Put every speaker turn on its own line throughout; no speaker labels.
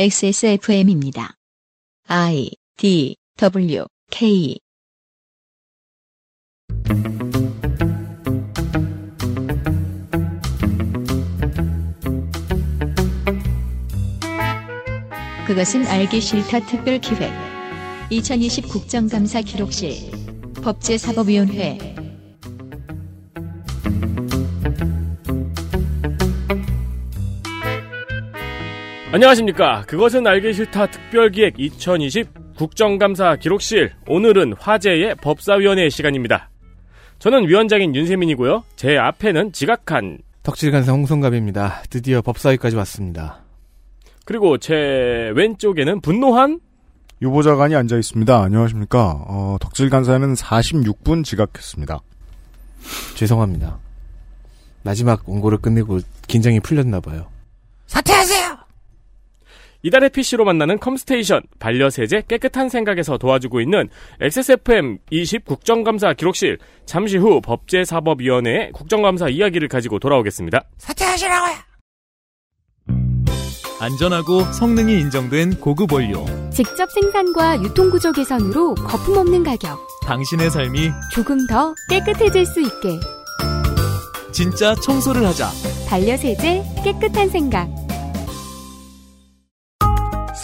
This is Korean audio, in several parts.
XSFM입니다. I D W K 그것은 알기 싫다 특별 기획 2020 국정감사 기록실 법제사법위원회
안녕하십니까. 그것은 알기 싫다 특별기획 2020 국정감사 기록실. 오늘은 화제의 법사위원회 시간입니다. 저는 위원장인 윤세민이고요. 제 앞에는 지각한
덕질간사 홍성갑입니다. 드디어 법사위까지 왔습니다.
그리고 제 왼쪽에는 분노한
유보자관이 앉아 있습니다. 안녕하십니까. 어, 덕질 간사는 46분 지각했습니다.
죄송합니다. 마지막 원고를 끝내고 긴장이 풀렸나 봐요.
이달의 PC로 만나는 컴스테이션 반려세제 깨끗한 생각에서 도와주고 있는 XSFM 20 국정감사 기록실 잠시 후 법제사법위원회의 국정감사 이야기를 가지고 돌아오겠습니다.
안전하고 성능이 인정된 고급 원료.
직접 생산과 유통구조 개선으로 거품 없는 가격,
당신의 삶이
조금 더 깨끗해질 수 있게.
진짜 청소를 하자.
반려세제 깨끗한 생각.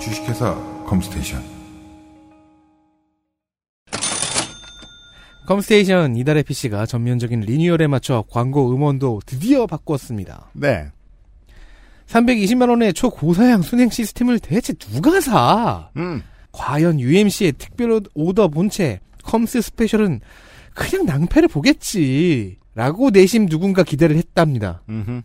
주식회사 컴스테이션
컴스테이션 이달의 PC가 전면적인 리뉴얼에 맞춰 광고 음원도 드디어 바꾸었습니다.
네.
320만원의 초고사양 순행 시스템을 대체 누가 사?
음.
과연 UMC의 특별 오더 본체 컴스 스페셜은 그냥 낭패를 보겠지. 라고 내심 누군가 기대를 했답니다.
음흠.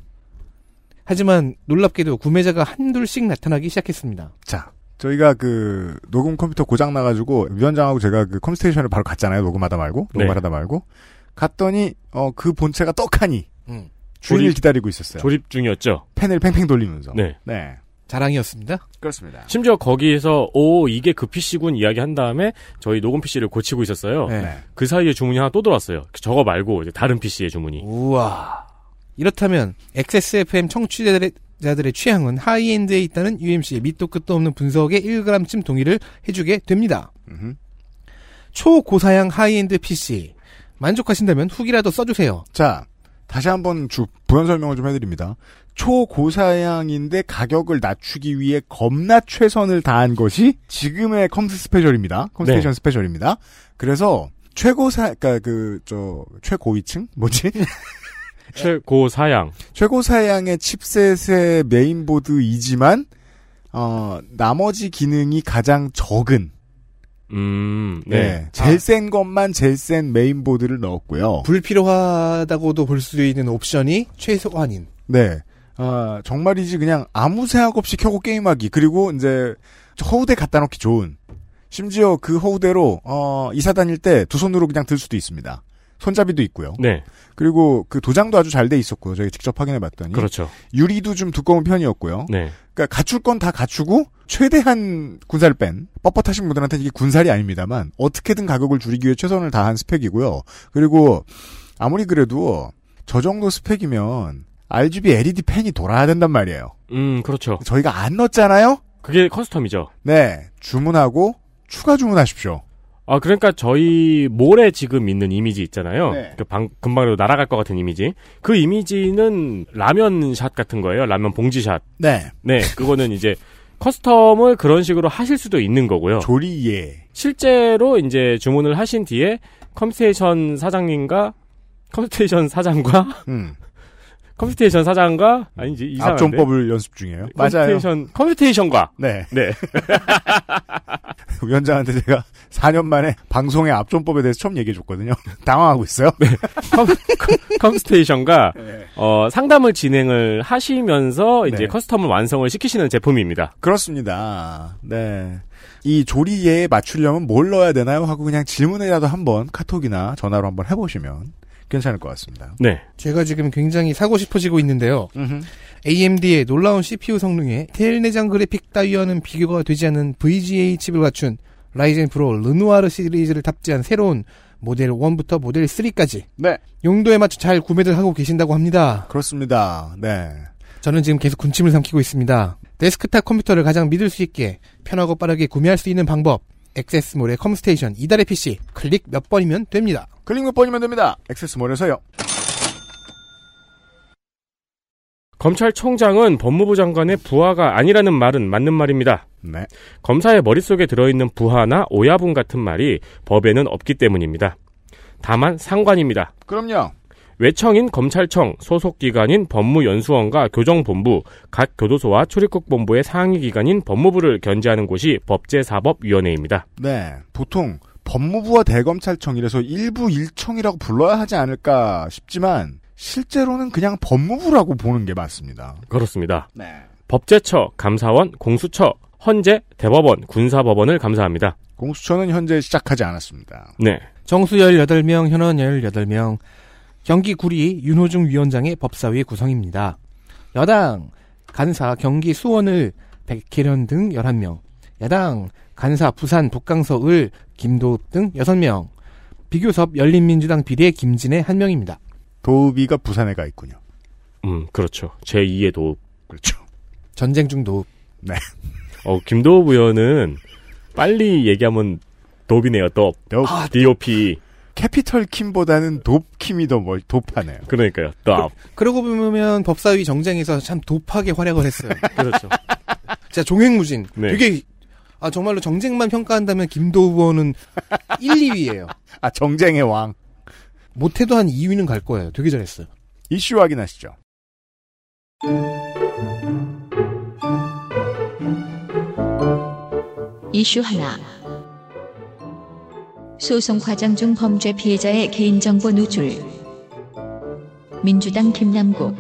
하지만 놀랍게도 구매자가 한둘씩 나타나기 시작했습니다.
자, 저희가 그 녹음 컴퓨터 고장 나가지고 위원장하고 제가 그 컴스테이션을 바로 갔잖아요. 녹음하다 말고
네.
녹음하다 말고 갔더니 어, 그 본체가 떡하니
음.
주인을
조립-
기다리고 있었어요.
네. 조립 중이었죠.
펜을 팽팽 돌리면서.
네.
네.
자랑이었습니다.
그렇습니다.
심지어 거기에서 오 이게 그 PC군 이야기한 다음에 저희 녹음 PC를 고치고 있었어요.
네.
그 사이에 주문이 하나 또 들어왔어요. 저거 말고 이제 다른 PC의
네.
주문이.
우와. 이렇다면 XSFM 청취자들의 자들의 취향은 하이엔드에 있다는 UMC의 밑도 끝도 없는 분석에 1g쯤 동의를 해주게 됩니다.
음흠.
초고사양 하이엔드 PC 만족하신다면 후기라도 써주세요.
자, 다시 한번 주 부연 설명을 좀 해드립니다. 초고사양인데 가격을 낮추기 위해 겁나 최선을 다한 것이 지금의 컴스 스페셜입니다. 컴스테이션 스페셜입니다. 그래서 최고사, 그니까 그, 저, 최고위층? 뭐지?
최고 사양.
최고사양의 칩셋의 메인보드이지만, 어, 나머지 기능이 가장 적은,
음,
네.
네.
제일 센 것만 제일 센 메인보드를 넣었고요.
불필요하다고도 볼 수 있는 옵션이 최소한인.
네. 아, 정말이지 그냥 아무 생각 없이 켜고 게임하기. 그리고 이제 허우대 갖다 놓기 좋은. 심지어 그 허우대로 어, 이사 다닐 때 두 손으로 그냥 들 수도 있습니다. 손잡이도 있고요.
네,
그리고 그 도장도 아주 잘 돼 있었고요. 저희 직접 확인해 봤더니
그렇죠.
유리도 좀 두꺼운 편이었고요.
네.
그러니까 갖출 건 다 갖추고 최대한 군살을 뺀 뻣뻣하신 분들한테 이게 군살이 아닙니다만 어떻게든 가격을 줄이기 위해 최선을 다한 스펙이고요. 그리고 아무리 그래도 저 정도 스펙이면 RGB LED 펜이 돌아야 된단 말이에요.
음, 그렇죠.
저희가 안 넣었잖아요.
그게 커스텀이죠.
네, 주문하고 추가 주문하십시오.
아, 그러니까 저희 몰에 지금 있는 이미지 있잖아요.
네.
그 방, 금방으로 날아갈 것 같은 이미지. 그 이미지는 라면 샷 같은 거예요. 라면 봉지 샷.
네,
네, 그거는 이제 커스텀을 그런 식으로 하실 수도 있는 거고요.
조리예.
실제로 이제 주문을 하신 뒤에 컴스테이션 사장님과 컴스테이션 사장과
음,
컴스테이션 사장과 아니지 이상한데 네.
앞존법을 연습 중이에요. 맞아요.
컴스테이션 컴스테이션과
네,
네
위원장한테 제가 4년 만에 방송의 압존법에 대해서 처음 얘기해줬거든요. 당황하고 있어요.
컴스테이션과 어, 상담을 진행을 하시면서 이제
네.
커스텀을 완성을 시키시는 제품입니다.
그렇습니다. 네. 이 조리개에 맞추려면 뭘 넣어야 되나요? 하고 그냥 질문이라도 한번 카톡이나 전화로 한번 해보시면 괜찮을 것 같습니다.
네.
제가 지금 굉장히 사고 싶어지고 있는데요. AMD의 놀라운 CPU 성능에 테일 내장 그래픽 따위와는 비교가 되지 않는 VGA 칩을 갖춘 라이젠 프로 르누아르 시리즈를 탑재한 새로운 모델 1부터 모델 3까지
네.
용도에 맞춰 잘 구매를 하고 계신다고 합니다.
그렇습니다. 네.
저는 지금 계속 군침을 삼키고 있습니다. 데스크탑 컴퓨터를 가장 믿을 수 있게 편하고 빠르게 구매할 수 있는 방법 액세스몰의 컴스테이션 이달의 PC 클릭 몇 번이면 됩니다.
클릭 몇 번이면 됩니다. 액세스몰에서요.
검찰총장은 법무부 장관의 부하가 아니라는 말은 맞는 말입니다.
네.
검사의 머릿속에 들어있는 부하나 오야분 같은 말이 법에는 없기 때문입니다. 다만 상관입니다.
그럼요.
외청인 검찰청, 소속기관인 법무연수원과 교정본부, 각 교도소와 출입국본부의 상위기관인 법무부를 견제하는 곳이 법제사법위원회입니다.
네. 보통 법무부와 대검찰청 이래서 일부 일청이라고 불러야 하지 않을까 싶지만 실제로는 그냥 법무부라고 보는 게 맞습니다.
그렇습니다.
네.
법제처, 감사원, 공수처, 헌재, 대법원, 군사법원을 감사합니다.
공수처는 현재 시작하지 않았습니다.
네.
정수 18명, 현원 18명. 경기 구리 윤호중 위원장의 법사위 구성입니다. 여당 간사 경기 수원을 백혜련 등 11명. 야당 간사 부산 북강서을 김도읍 등 6명. 비교섭 열린민주당 비례 김진애 1명입니다.
도우비가 부산에 가 있군요.
음, 그렇죠. 제2의 도읍.
그렇죠.
전쟁 중 도읍.
어, 김도읍 의원은 빨리 얘기하면 아, 도읍이네요, 도읍.
더욱
DOP.
캐피털 킴보다는 돕킴이 더 멀, 돕하네요.
그러니까요, 도읍.
그러고 보면 법사위 정쟁에서 참 도파게 활약을 했어요.
그렇죠.
진짜 종횡무진.
네.
되게 아 정말로 정쟁만 평가한다면 김도읍 의원은 1, 2위예요.
아, 정쟁의 왕.
못해도 한 2위는 갈 거예요. 되게 잘했어요.
이슈 확인하시죠.
이슈 하나. 소송 과정 중 범죄 피해자의 개인정보 누출. 민주당 김남국.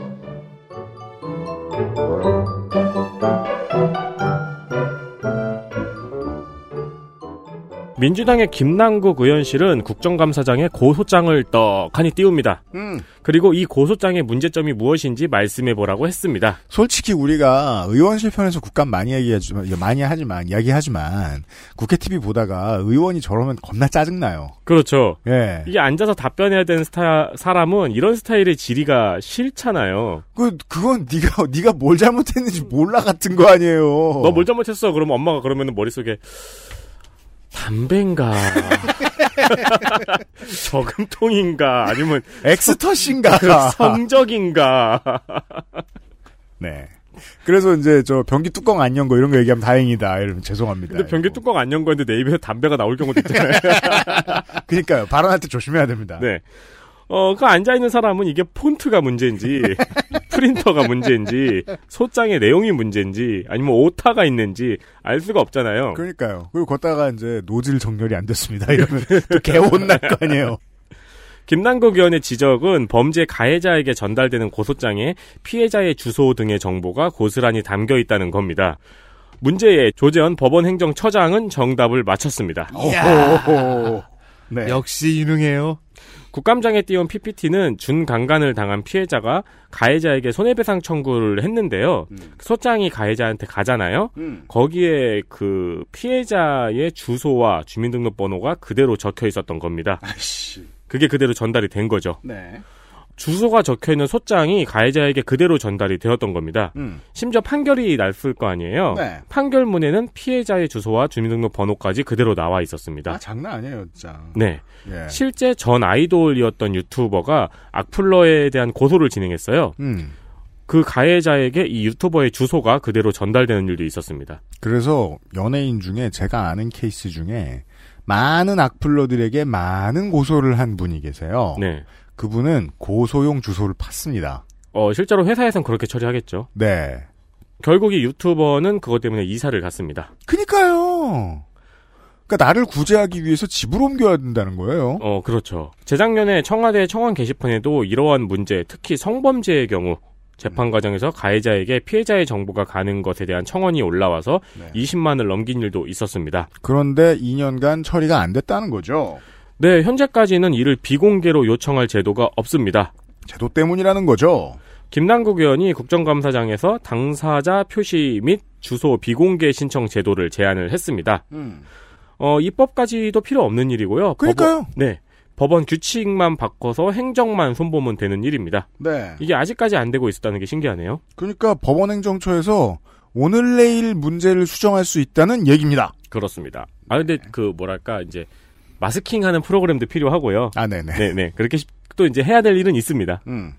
민주당의 김남국 의원실은 국정감사장에 고소장을 떡하니 띄웁니다.
음.
그리고 이 고소장의 문제점이 무엇인지 말씀해보라고 했습니다.
솔직히 우리가 의원실 편에서 국감 많이 얘기하지만, 이게 많이 하지만, 이야기하지만, 국회 TV 보다가 의원이 저러면 겁나 짜증나요.
그렇죠.
예.
이게 앉아서 답변해야 되는 스타, 사람은 이런 스타일의 지리가 싫잖아요.
그, 그건 네가 네가 뭘 잘못했는지 몰라 같은 거 아니에요.
너 뭘 잘못했어? 그러면 엄마가 그러면 머릿속에 담배인가? 저금통인가? 아니면
엑스터신가?
성적인가?
네. 그래서 이제 저 변기 뚜껑 안 연 거 이런 거 얘기하면 다행이다. 이러면 죄송합니다.
근데 변기
이러고.
뚜껑 안 연 거였는데 내 입에서 담배가 나올 경우도 있잖아요.
그러니까요. 발언할 때 조심해야 됩니다.
네. 어, 그 앉아있는 사람은 이게 폰트가 문제인지, 프린터가 문제인지, 소장의 내용이 문제인지, 아니면 오타가 있는지 알 수가 없잖아요.
그러니까요. 그리고 걷다가 이제 노질 정렬이 안 됐습니다. 이러면 또 개혼날 거 아니에요.
김남국 의원의 지적은 범죄 가해자에게 전달되는 고소장에 피해자의 주소 등의 정보가 고스란히 담겨 있다는 겁니다. 문제의 조재현 법원 행정처장은 정답을 맞췄습니다.
오호호호. 네.
역시 유능해요.
국감장에 띄운 PPT는 준강간을 당한 피해자가 가해자에게 손해배상 청구를 했는데요.
음.
소장이 가해자한테 가잖아요. 거기에 그 피해자의 주소와 주민등록번호가 그대로 적혀 있었던 겁니다. 그게 그대로 전달이 된 거죠. 주소가 적혀 있는 소장이 가해자에게 그대로 전달이 되었던 겁니다.
음.
심지어 판결이 났을 거 아니에요.
네.
판결문에는 피해자의 주소와 주민등록번호까지 그대로 나와 있었습니다.
아, 장난 아니에요, 진짜.
네.
예.
실제 전 아이돌이었던 유튜버가 악플러에 대한 고소를 진행했어요.
음.
그 가해자에게 이 유튜버의 주소가 그대로 전달되는 일도 있었습니다.
그래서 연예인 중에 제가 아는 케이스 중에 많은 악플러들에게 많은 고소를 한 분이 계세요.
네.
그분은 고소용 주소를 팠습니다.
어, 실제로 회사에선 그렇게 처리하겠죠.
네.
결국 이 유튜버는 그것 때문에 이사를 갔습니다.
그니까요. 그러니까 나를 구제하기 위해서 집으로 옮겨야 된다는 거예요.
어, 그렇죠. 재작년에 청와대 청원 게시판에도 이러한 문제, 특히 성범죄의 경우 재판 과정에서 가해자에게 피해자의 정보가 가는 것에 대한 청원이 올라와서 20만을 넘긴 일도 있었습니다.
그런데 2년간 처리가 안 됐다는 거죠.
네, 현재까지는 이를 비공개로 요청할 제도가 없습니다.
제도 때문이라는 거죠.
김남국 의원이 국정감사장에서 당사자 표시 및 주소 비공개 신청 제도를 제안을 했습니다. 어, 입법까지도 필요 없는 일이고요.
음. 그러니까요.
법원, 네. 법원 규칙만 바꿔서 행정만 손보면 되는 일입니다.
네.
이게 아직까지 안 되고 있었다는 게 신기하네요.
그러니까 법원행정처에서 오늘 내일 문제를 수정할 수 있다는 얘기입니다.
그렇습니다. 아, 근데 그 뭐랄까, 이제 마스킹 하는 프로그램도 필요하고요.
아, 네네.
네네. 그렇게 쉽- 또 이제 해야 될 일은 있습니다.
음.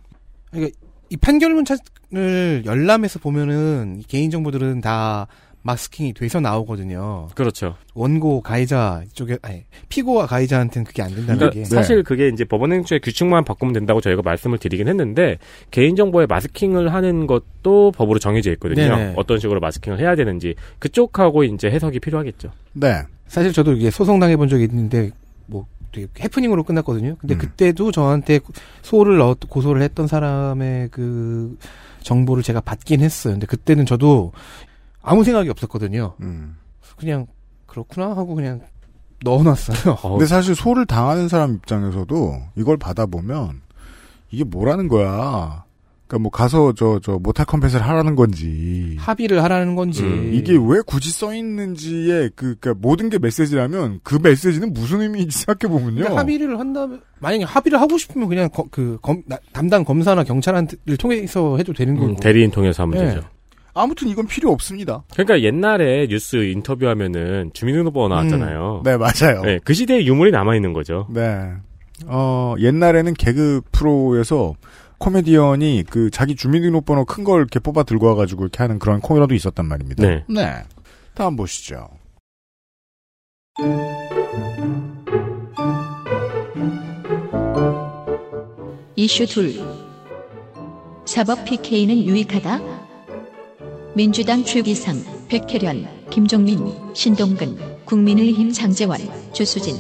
이 판결문 찾을 열람에서 보면은 이 개인 정보들은 다 마스킹이 돼서 나오거든요.
그렇죠.
원고 가해자 쪽에 아니 피고와 가해자한테는 그게 안 된다는
그러니까
게
사실 그게 이제 법원행정처의 규칙만 바꾸면 된다고 저희가 말씀을 드리긴 했는데 개인정보에 마스킹을 하는 것도 법으로 정해져 있거든요.
네네.
어떤 식으로 마스킹을 해야 되는지 그쪽하고 이제 해석이 필요하겠죠.
네.
사실 저도 이게 소송 당해본 적이 있는데 뭐 되게 해프닝으로 끝났거든요. 근데
음.
그때도 저한테 소를 넣 고소를 했던 사람의 그 정보를 제가 받긴 했어요. 근데 그때는 저도 아무 생각이 없었거든요.
음.
그냥 그렇구나 하고 그냥 넣어놨어요.
어,
근데 사실 소를 당하는 사람 입장에서도 이걸 받아보면 이게 뭐라는 거야. 그러니까 뭐 가서 저, 저, 모탈 컴뱃을 하라는 건지.
합의를 하라는 건지
음,
이게 왜 굳이 써 있는지의 그, 그니까 모든 게 메시지라면 그 메시지는 무슨 의미인지
근데
생각해보면요.
그러니까 합의를 한다면 만약에 합의를 하고 싶으면 그냥 거- 그 검- 나- 담당 검사나 경찰한테를 통해서 해도 되는 거고
음, 대리인 통해서 하면
네.
되죠.
아무튼 이건 필요 없습니다.
그러니까 옛날에 뉴스 인터뷰하면은
음.
주민등록번호 나왔잖아요.
네, 맞아요.
네, 그 시대의 유물이 남아있는 거죠.
네. 어, 옛날에는 개그 프로에서 코미디언이 그 자기 주민등록번호 큰 걸 이렇게 뽑아 들고 와가지고 이렇게 하는 그런 코너도 있었단 말입니다.
네.
네. 다음 보시죠.
이슈 둘 사법 PK는 유익하다 민주당 최기상 백혜련 김종민 신동근 국민의힘 장재원 조수진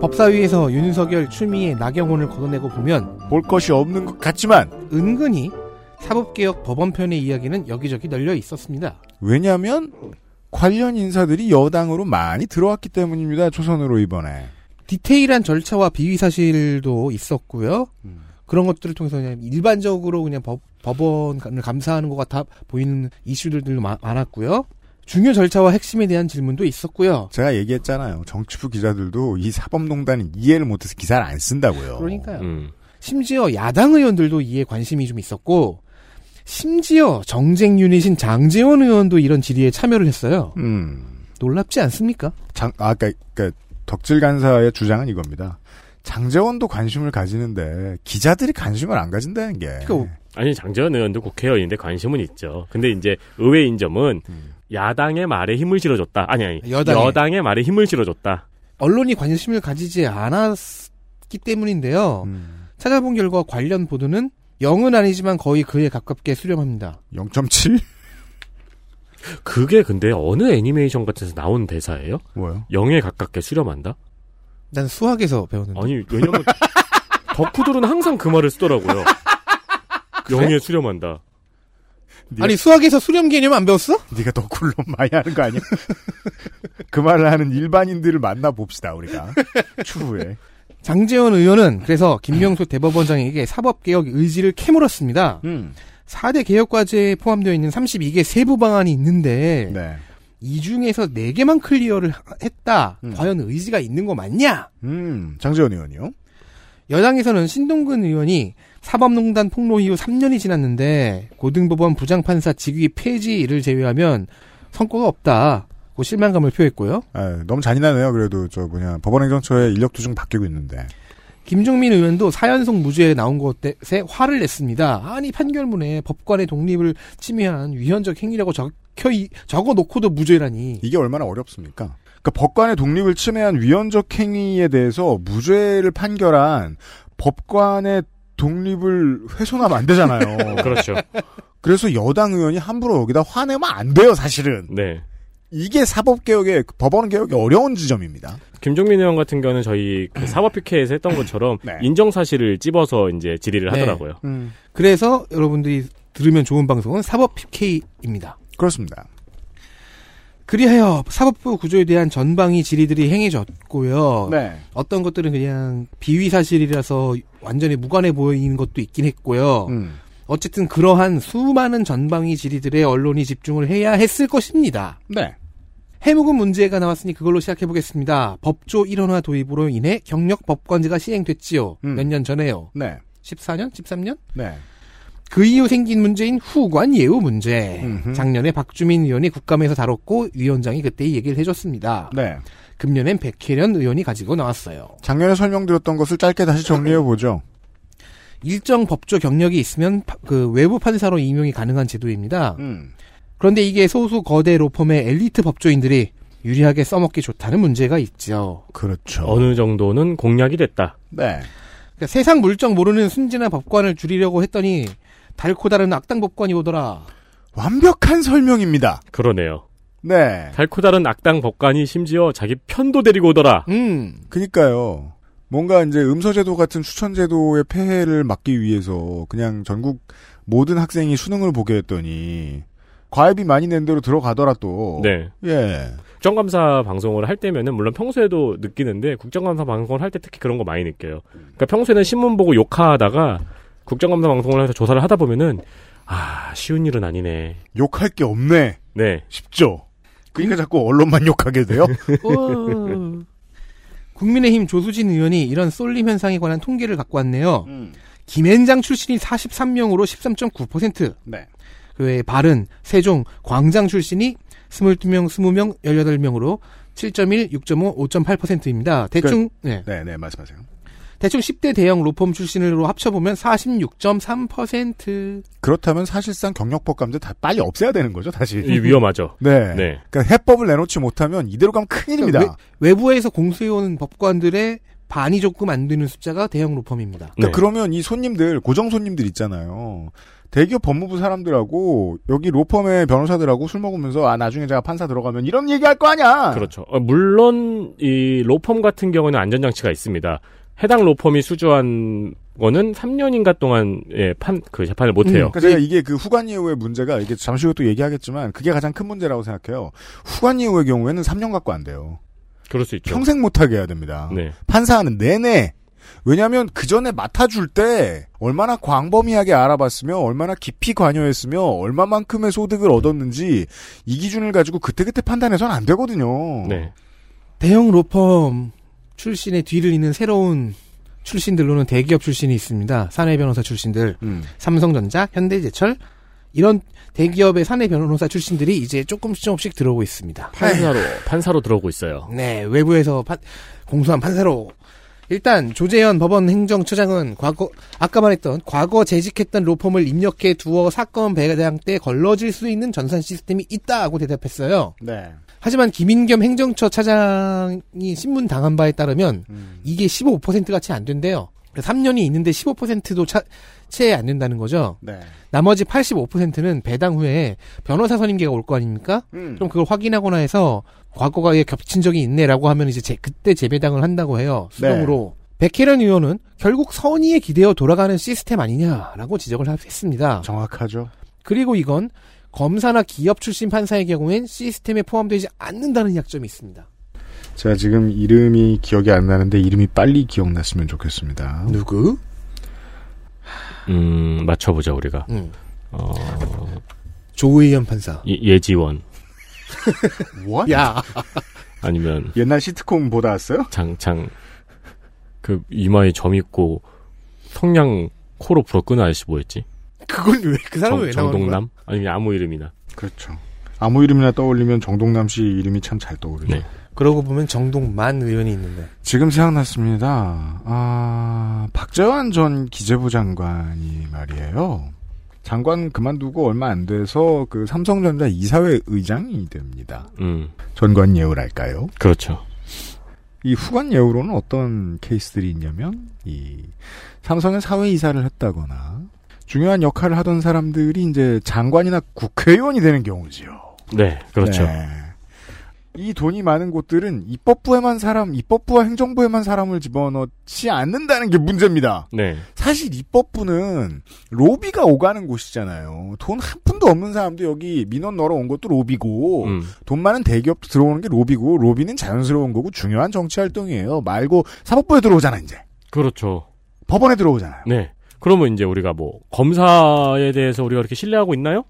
법사위에서 윤석열, 추미애, 나경원을 걷어내고 보면
볼 것이 없는 것 같지만,
은근히 사법개혁 법원편의 이야기는 여기저기 널려 있었습니다.
왜냐면, 하 관련 인사들이 여당으로 많이 들어왔기 때문입니다. 초선으로 이번에.
디테일한 절차와 비위 사실도 있었고요. 그런 것들을 통해서 그냥 일반적으로 그냥 법, 법원을 감사하는 것 같아 보이는 이슈들도 마- 많았고요. 중요 절차와 핵심에 대한 질문도 있었고요.
제가 얘기했잖아요. 정치부 기자들도 이 사법농단은 이해를 못해서 기사를 안 쓴다고요.
그러니까요.
음.
심지어 야당 의원들도 이에 관심이 좀 있었고, 심지어 정쟁 유닛인 장재원 의원도 이런 질의에 참여를 했어요.
음.
놀랍지 않습니까?
장, 아, 까 그니까, 덕질 간사의 주장은 이겁니다. 장재원도 관심을 가지는데, 기자들이 관심을 안 가진다는 게.
그-
아니 장재현 의원도 국회의원인데 관심은 있죠. 근데 이제 의외인 점은 야당의 말에 힘을 실어줬다. 아니 아니
음. 여당의.
여당의 말에 힘을 실어줬다.
언론이 관심을 가지지 않았기 때문인데요.
음,
찾아본 결과 관련 보도는 0은 아니지만 거의 그에 가깝게 수렴합니다.
0.7?
그게 근데 어느 애니메이션 같은 데서 나온 대사예요?
뭐요?
영에 가깝게 수렴한다?
난 수학에서
어,
배웠는데.
아니, 왜냐면, 덕후들은 항상 그 말을 쓰더라고요. 영에 수렴한다.
아니, 수학에서 수렴 개념 안 배웠어?
네가 덕굴로 많이 하는 거 아니야? 그 말을 하는 일반인들을 만나봅시다, 우리가. 추후에.
장재원 의원은 그래서 김명수 대법원장에게 사법개혁 의지를 캐물었습니다.
음.
4대 개혁과제에 포함되어 있는 32개 세부 방안이 있는데
네.
이 중에서 4개만 클리어를 하- 했다.
음.
과연 의지가 있는 거 맞냐?
음, 장재원 의원이요.
여당에서는 신동근 의원이 사법농단 폭로 이후 3년이 지났는데 고등법원 부장판사 직위 폐지를 제외하면 성과가 없다고 그 실망감을 표했고요.
아, 너무 잔인하네요. 그래도 저 뭐냐 법원행정처의 인력도 좀 바뀌고 있는데.
김종민 의원도 사연성 무죄에 나온 것에 화를 냈습니다. 아니 판결문에 법관의 독립을 침해한 위헌적 행위라고 적혀 이- 적어놓고도 무죄라니.
이게 얼마나 어렵습니까? 그러니까 법관의 독립을 침해한 위헌적 행위에 대해서 무죄를 판결한 법관의 독립을 훼손하면 안 되잖아요.
그렇죠.
그래서 여당 의원이 함부로 여기다 화내면 안 돼요, 사실은.
네.
이게 사법개혁의, 그 법원 개혁의 어려운 지점입니다.
김종민 의원 같은 경우는 저희 그 사법피켓에서 했던 것처럼
네.
인정 사실을 찝어서 이제 질의를
네.
하더라고요.
음.
그래서 여러분들이 들으면 좋은 방송은 사법 PK입니다.
그렇습니다.
그리하여 사법부 구조에 대한 전방위 질의들이 행해졌고요.
네.
어떤 것들은 그냥 비위 사실이라서 완전히 무관해 보이는 것도 있긴 했고요.
음.
어쨌든 그러한 수많은 전방위 질의들의 언론이 집중을 해야 했을 것입니다.
네.
해묵은 문제가 나왔으니 그걸로 시작해 보겠습니다. 법조 1원화 도입으로 인해 경력 법관제가 시행됐지요.
음.
몇 년 전에요.
네.
14년? 13년?
네.
그 이후 생긴 문제인 후관 예우 문제.
음흠.
작년에 박주민 의원이 국감에서 다뤘고 위원장이 그때 이 얘기를 해줬습니다.
네.
금년엔 백혜련 의원이 가지고 나왔어요.
작년에 설명드렸던 것을 짧게 다시 정리해보죠.
일정 법조 경력이 있으면 파- 그 외부 판사로 임용이 가능한 제도입니다.
음.
그런데 이게 소수 거대 로펌의 엘리트 법조인들이 유리하게 써먹기 좋다는 문제가 있죠.
그렇죠.
어느 정도는 공략이 됐다.
네.
그러니까 세상 물정 모르는 순진한 법관을 줄이려고 했더니 달코 다른 악당 법관이 오더라.
완벽한 설명입니다.
그러네요.
네.
달코 다른 악당 법관이 심지어 자기 편도 데리고 오더라.
음,
그니까요. 뭔가 이제 음서제도 같은 추천제도의 폐해를 막기 위해서 그냥 전국 모든 학생이 수능을 보게 했더니 과외비 많이 낸 대로 들어가더라도
네.
예
국정감사 방송을 할 때면은 물론 평소에도 느끼는데 국정감사 방송을 할 때 특히 그런 거 많이 느껴요. 그러니까 평소에는 신문 보고 욕하다가 국정감사 방송을 해서 조사를 하다 보면은 아 쉬운 일은 아니네.
욕할 게 없네
네.
싶죠. 그러니까 자꾸 언론만 욕하게 돼요.
어. 국민의힘 조수진 의원이 이런 쏠림 현상에 관한 통계를 갖고 왔네요. 김앤장 출신이 43명으로 13.9%.
네.
그 외에 바른, 세종, 광장 출신이 22명, 20명, 18명으로 7.1, 6.5, 5.8%입니다. 대충 네.
네네 말씀하세요.
대충 10대 대형 로펌 출신으로 합쳐보면 46.3%.
그렇다면 사실상 경력법 감제 다 빨리 없애야 되는 거죠 다시.
이 위험하죠.
네.
네.
그러니까 해법을 내놓지 못하면 이대로 가면 큰일입니다.
그러니까 외부에서 공수해오는 법관들의 반이 조금 안 되는 숫자가 대형 로펌입니다.
그러니까
네.
그러면 이 손님들 고정 손님들 있잖아요. 대기업 법무부 사람들하고 여기 로펌의 변호사들하고 술 먹으면서 아 나중에 제가 판사 들어가면 이런 얘기할 거 아니야.
그렇죠. 어, 물론 이 로펌 같은 경우는 안전장치가 있습니다. 해당 로펌이 수주한 거는 3년인가 동안 예, 판 그 재판을 못 해요.
그러니까 제가 이게 그 후관 예우의 문제가 이게 잠시 후에 또 얘기하겠지만 그게 가장 큰 문제라고 생각해요. 후관 예우의 경우에는 3년 갖고 안 돼요.
그럴 수 있죠.
평생 못하게 해야 됩니다.
네.
판사하는 내내. 왜냐하면 그 전에 맡아줄 때 얼마나 광범위하게 알아봤으며 얼마나 깊이 관여했으며 얼마만큼의 소득을 얻었는지 이 기준을 가지고 그때그때 판단해서는 안 되거든요.
네.
대형 로펌 출신의 뒤를 잇는 새로운 출신들로는 대기업 출신이 있습니다. 사내 변호사 출신들.
음.
삼성전자, 현대제철 이런 대기업의 사내 변호사 출신들이 이제 조금씩 조금씩 들어오고 있습니다.
판사로 판사로 들어오고 있어요.
네, 외부에서 판- 공수한 판사로 일단 조재현 법원 행정처장은 과거 아까 말했던 과거 재직했던 로펌을 입력해 두어 사건 배당 때 걸러질 수 있는 전산 시스템이 있다고 대답했어요.
네.
하지만 김인겸 행정처 차장이 신문 당한 바에 따르면
음.
이게 15%가 채 안 된대요. 3년이 있는데 15%도 채 안 된다는 거죠.
네.
나머지 85%는 배당 후에 변호사 선임계가 올 거 아닙니까?
음.
그럼 그걸 확인하거나 해서 과거가 에 겹친 적이 있네라고 하면 이제 제- 그때 재배당을 한다고 해요. 수동으로. 백혜련 의원은 결국 선의에 기대어 돌아가는 시스템 아니냐라고 지적을 하- 했습니다.
정확하죠.
그리고 이건 검사나 기업 출신 판사의 경우엔 시스템에 포함되지 않는다는 약점이 있습니다.
제가 지금 이름이 기억이 안 나는데 이름이 빨리 기억났으면
네.
좋겠습니다.
누구?
음, 맞춰보자 우리가.
응.
어,
조의현 판사.
예- 예지원
What?
야,
아니면
옛날 시트콤 보다 왔어요?
장창 그 이마에 점 있고 성냥 코로 불어 끄는 아저씨 뭐였지?
그걸 왜 그 사람은 왜 나오는 거야?
정동남? 아니 그냥 아무 이름이나.
그렇죠. 아무 이름이나 떠올리면 정동남 씨 이름이 참 잘 떠오르죠.
네.
그러고 보면 정동만 의원이 있는데.
지금 생각났습니다. 아, 박재환 전 기재부 장관이 말이에요. 장관 그만두고 얼마 안 돼서 그 삼성전자 이사회 의장이 됩니다.
음,
전관 예우랄까요?
그렇죠.
이 후관 예우로는 어떤 케이스들이 있냐면 이 삼성의 사회 이사를 했다거나 중요한 역할을 하던 사람들이 이제 장관이나 국회의원이 되는 경우지요.
네, 그렇죠.
네. 이 돈이 많은 곳들은 입법부에만 사람, 입법부와 행정부에만 사람을 집어넣지 않는다는 게 문제입니다.
네.
사실 입법부는 로비가 오가는 곳이잖아요. 돈 한 푼도 없는 사람도 여기 민원 넣으러 온 것도 로비고,
음.
돈 많은 대기업 들어오는 게 로비고, 로비는 자연스러운 거고 중요한 정치 활동이에요. 말고 사법부에 들어오잖아, 이제.
그렇죠.
법원에 들어오잖아요.
네. 그러면 이제 우리가 뭐 검사에 대해서 우리가 이렇게 신뢰하고 있나요?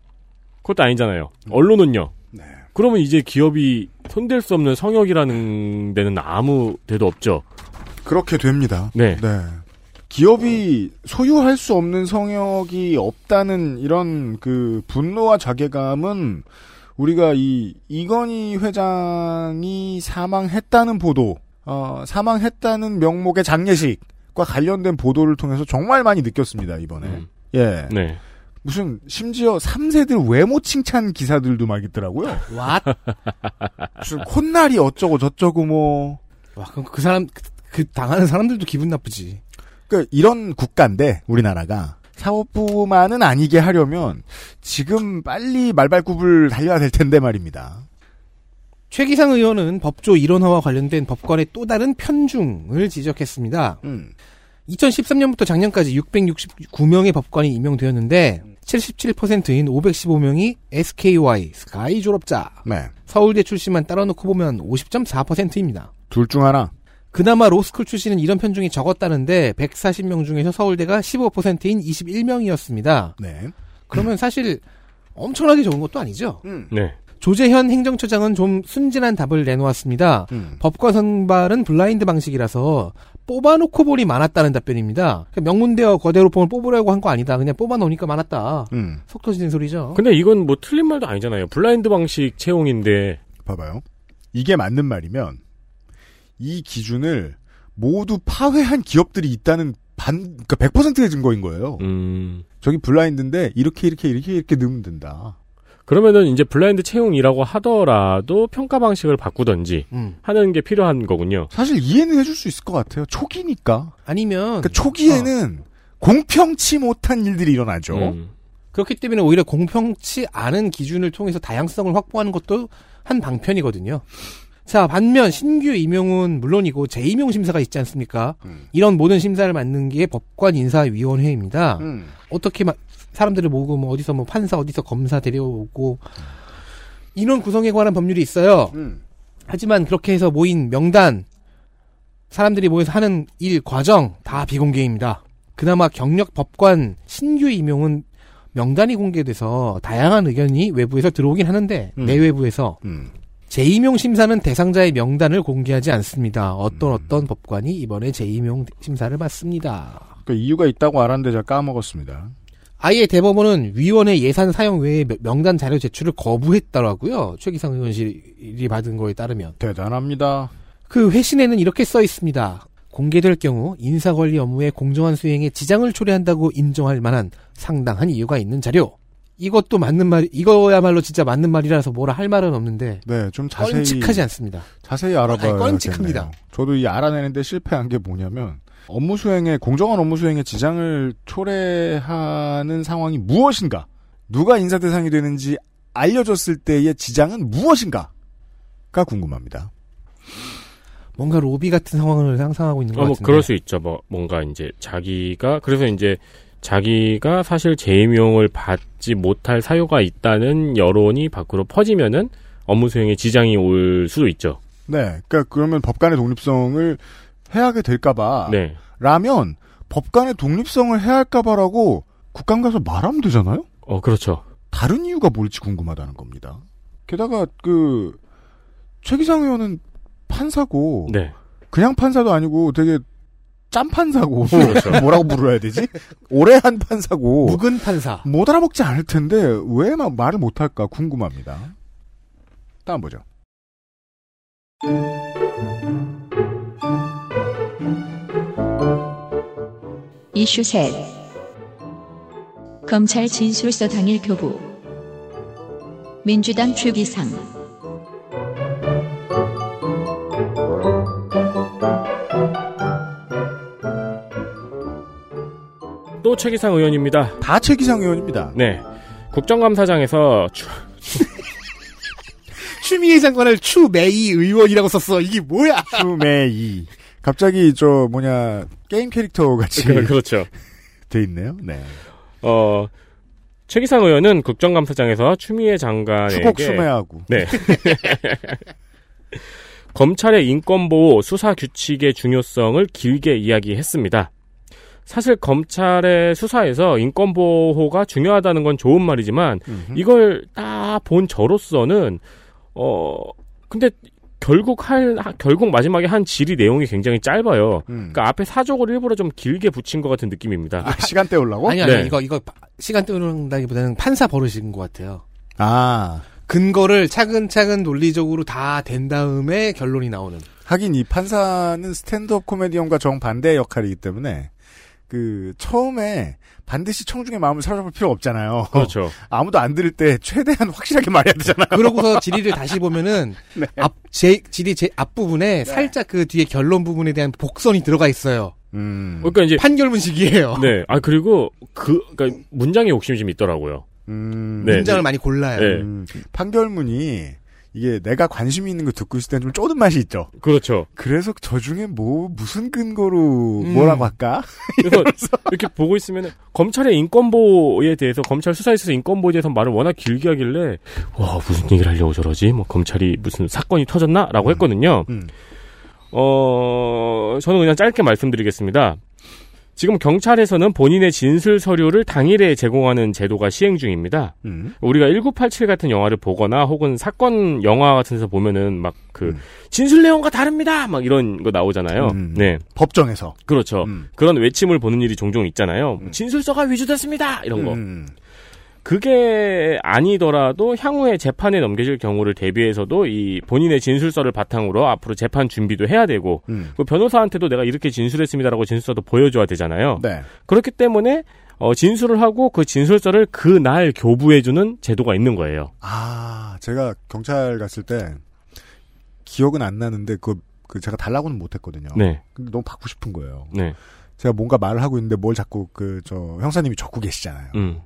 그것도 아니잖아요. 언론은요.
네.
그러면 이제 기업이 손댈 수 없는 성역이라는 데는 아무 데도 없죠.
그렇게 됩니다.
네.
네. 기업이 소유할 수 없는 성역이 없다는 이런 그 분노와 자괴감은 우리가 이 이건희 회장이 사망했다는 보도, 어, 사망했다는 명목의 장례식과 관련된 보도를 통해서 정말 많이 느꼈습니다, 이번에.
음.
예.
네.
무슨, 심지어 3세들 외모 칭찬 기사들도 막 있더라고요.
와,
무슨 콧날이 어쩌고 저쩌고 뭐.
와 그럼 그 사람 그, 그 당하는 사람들도 기분 나쁘지.
그러니까 이런 국가인데 우리나라가 사법부만은 아니게 하려면 지금 빨리 말발굽을 달려야 될 텐데 말입니다.
최기상 의원은 법조 일원화와 관련된 법관의 또 다른 편중을 지적했습니다.
음.
2013년부터 작년까지 669명의 법관이 임명되었는데 77%인 515명이 SKY 스카이 졸업자
네.
서울대 출신만 따라놓고 보면 50.4%입니다.
둘 중 하나.
그나마 로스쿨 출신은 이런 편중이 적었다는데 140명 중에서 서울대가 15%인 21명이었습니다.
네.
그러면 사실 엄청나게 적은 것도 아니죠.
음.
네.
조재현 행정처장은 좀 순진한 답을 내놓았습니다.
음.
법과 선발은 블라인드 방식이라서 뽑아놓고 보니 많았다는 답변입니다. 그러니까 명문대와 거대로펌을 뽑으려고 한 거 아니다. 그냥 뽑아놓으니까 많았다.
음.
속 터지는 소리죠.
근데 이건 뭐 틀린 말도 아니잖아요. 블라인드 방식 채용인데
봐봐요. 이게 맞는 말이면 이 기준을 모두 파회한 기업들이 있다는 반, 그러니까 100%의 증거인 거예요.
음.
저기 블라인드인데 이렇게 이렇게 이렇게 이렇게 넣으면 된다.
그러면은 이제 블라인드 채용이라고 하더라도 평가 방식을 바꾸던지
음.
하는 게 필요한 거군요.
사실 이해는 해줄 수 있을 것 같아요. 초기니까.
아니면
그러니까 초기에는 공평치 못한 일들이 일어나죠.
음.
그렇기 때문에 오히려 공평치 않은 기준을 통해서 다양성을 확보하는 것도 한 방편이거든요. 자, 반면 신규 임용은 물론이고 재임용 심사가 있지 않습니까?
음.
이런 모든 심사를 맡는 게 법관인사위원회입니다.
음.
어떻게 막 사람들을 모으고 뭐 어디서 뭐 판사 어디서 검사 데려오고 인원 구성에 관한 법률이 있어요.
음.
하지만 그렇게 해서 모인 명단 사람들이 모여서 하는 일 과정 다 비공개입니다. 그나마 경력 법관 신규 임용은 명단이 공개돼서 다양한 의견이 외부에서 들어오긴 하는데
음.
내외부에서
음.
재임용 심사는 대상자의 명단을 공개하지 않습니다. 어떤 어떤 법관이 이번에 재임용 심사를 받습니다.
그 이유가 있다고 알았는데 제가 까먹었습니다.
아예 대법원은 위원회 예산 사용 외에 명- 명단 자료 제출을 거부했더라고요. 최기상 의원실이 받은 거에 따르면.
대단합니다.
그 회신에는 이렇게 써 있습니다. 공개될 경우 인사관리 업무의 공정한 수행에 지장을 초래한다고 인정할 만한 상당한 이유가 있는 자료. 이것도 맞는 말, 이거야말로 진짜 맞는 말이라서 뭐라 할 말은 없는데
네, 좀 자세히
뻔칙하지 않습니다.
자세히 알아봐야
아니, 뻔찍합니다.
되겠네요. 저도 이 알아내는데 실패한 게 뭐냐면 업무 수행에 공정한 업무 수행에 지장을 초래하는 상황이 무엇인가? 누가 인사 대상이 되는지 알려줬을 때의 지장은 무엇인가?가 궁금합니다.
뭔가 로비 같은 상황을 상상하고 있는 것
어, 뭐
같은데.
그럴 수 있죠. 뭐 뭔가 이제 자기가 그래서 이제 자기가 사실 재임용을 받지 못할 사유가 있다는 여론이 밖으로 퍼지면은 업무 수행에 지장이 올 수도 있죠.
네, 그러니까 그러면 법관의 독립성을 해하게
아.
될까봐
네.
라면 법관의 독립성을 해야 할까봐라고 국감 가서 말하면 되잖아요.
어 그렇죠.
다른 이유가 뭘지 궁금하다는 겁니다. 게다가 그 최기상 의원은 판사고
네.
그냥 판사도 아니고 되게 짠 판사고
어, 그렇죠.
뭐라고 부르야 되지? 오래 한 판사고
묵은 판사.
못 알아먹지 않을 텐데 왜 막 말을 못할까 궁금합니다. 다음 보죠.
이슈 셋 검찰 진술서 당일 교부 민주당 최기상
또 최기상 의원입니다.
다 최기상 의원입니다.
네. 국정감사장에서 추-
추미애 장관을 추메이 의원이라고 썼어. 이게 뭐야?
추메이. 갑자기 저 뭐냐 게임 캐릭터 같이
그-
예.
그렇죠.
돼 있네요. 네.
어, 최기상 의원은 국정감사장에서 추미애 장관에게
추곡 수매하고
아, 네. 검찰의 인권보호 수사 규칙의 중요성을 길게 이야기했습니다. 사실 검찰의 수사에서 인권보호가 중요하다는 건 좋은 말이지만
음.
이걸 딱 본 저로서는 어 근데 결국 할 하- 결국 마지막에 한 질의 내용이 굉장히 짧아요.
음.
그러니까 앞에 사족을 일부러 좀 길게 붙인 것 같은 느낌입니다.
아, 시간 때우려고?
아니 아니
네.
이거 이거 시간 때우는다기보다는 판사 버릇인 것 같아요.
아
근거를 차근차근 논리적으로 다 된 다음에 결론이 나오는.
하긴 이 판사는 스탠드업 코미디언과 정반대의 역할이기 때문에 그 처음에 반드시 청중의 마음을 사로잡을 필요 없잖아요.
그렇죠.
아무도 안 들을 때 최대한 확실하게 말해야 되잖아요.
그러고서 질의를 다시 보면은 앞 제, 질의 제 앞부분에 살짝 그 뒤에 결론 부분에 대한 복선이 들어가 있어요.
음.
그러니까 이제
판결문식이에요.
네. 아 그리고 그 그러니까 문장에 욕심이 좀 있더라고요.
음.
네.
문장을 많이 골라요.
네.
음, 판결문이 이게 내가 관심이 있는 거 듣고 있을 때좀 쪼든 맛이 있죠.
그렇죠.
그래서 저 중에 뭐 무슨 근거로
음.
뭐라고 할까?
그래서 이렇게 보고 있으면 검찰의 인권보호에 대해서 검찰 수사에 있어서 인권보호에 대해서 말을 워낙 길게 하길래 와 무슨 얘기를 하려고 저러지 뭐 검찰이 무슨 사건이 터졌나라고 했거든요.
음.
어 저는 그냥 짧게 말씀드리겠습니다. 지금 경찰에서는 본인의 진술 서류를 당일에 제공하는 제도가 시행 중입니다.
음.
우리가 1987 같은 영화를 보거나 혹은 사건 영화 같은 데서 보면은 막 그
음.
진술 내용과 다릅니다. 막 이런 거 나오잖아요.
음.
네.
법정에서
그렇죠.
음.
그런 외침을 보는 일이 종종 있잖아요. 진술서가 위조됐습니다! 이런 거.
음.
그게 아니더라도 향후에 재판에 넘겨질 경우를 대비해서도 이 본인의 진술서를 바탕으로 앞으로 재판 준비도 해야 되고,
음.
그 변호사한테도 내가 이렇게 진술했습니다라고 진술서도 보여줘야 되잖아요.
네.
그렇기 때문에 어, 진술을 하고 그 진술서를 그날 교부해주는 제도가 있는 거예요.
아, 제가 경찰 갔을 때 기억은 안 나는데 그, 그 제가 달라고는 못했거든요.
네,
근데 너무 받고 싶은 거예요.
네,
제가 뭔가 말을 하고 있는데 뭘 자꾸 그 저 형사님이 적고 계시잖아요.
음,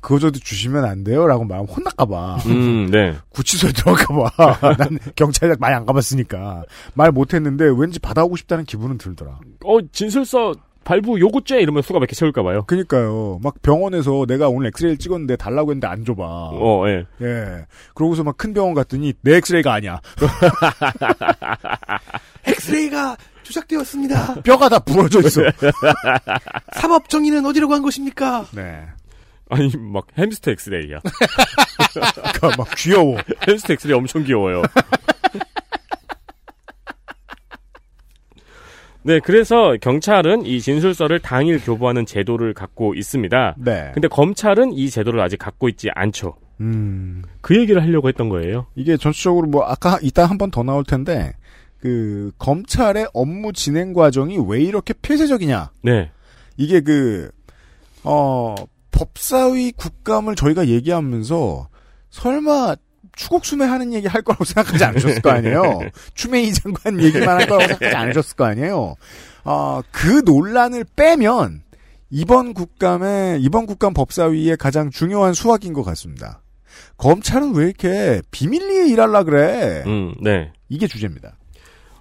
그거 저도 주시면 안 돼요라고 말하면 혼날까봐
음, 네,
구치소에 들어갈까봐 난 경찰 많이 안 가봤으니까 말 못했는데 왠지 받아오고 싶다는 기분은 들더라.
어 진술서 발부 요구죄 이러면 수가 몇 개 채울까 봐요.
그니까요. 막 병원에서 내가 오늘 엑스레이를 찍었는데 달라고 했는데 안 줘봐.
어, 예.
예. 그러고서 막 큰 병원 갔더니 내 엑스레이가 아니야.
엑스레이가 조작되었습니다.
뼈가 다 부러져 있어.
사법 정의는 어디로 간 것입니까?
네.
아니 막 햄스터 엑스레이야.
그러니까 막 귀여워.
햄스터 엑스레이 엄청 귀여워요. 네, 그래서 경찰은 이 진술서를 당일 교부하는 제도를 갖고 있습니다.
네.
근데 검찰은 이 제도를 아직 갖고 있지 않죠.
음.
그 얘기를 하려고 했던 거예요.
이게 전체적으로 뭐 아까 이따 한 번 더 나올 텐데 그 검찰의 업무 진행 과정이 왜 이렇게 폐쇄적이냐.
네.
이게 그, 어, 법사위 국감을 저희가 얘기하면서 설마 추곡수매 하는 얘기 할 거라고 생각하지 않으셨을 거 아니에요? 추메이 장관 얘기만 할 거라고 생각하지 않으셨을 거 아니에요? 아, 그 논란을 빼면 이번 국감의, 이번 국감 법사위의 가장 중요한 수확인 것 같습니다. 검찰은 왜 이렇게 비밀리에 일하려 그래?
음, 네.
이게 주제입니다.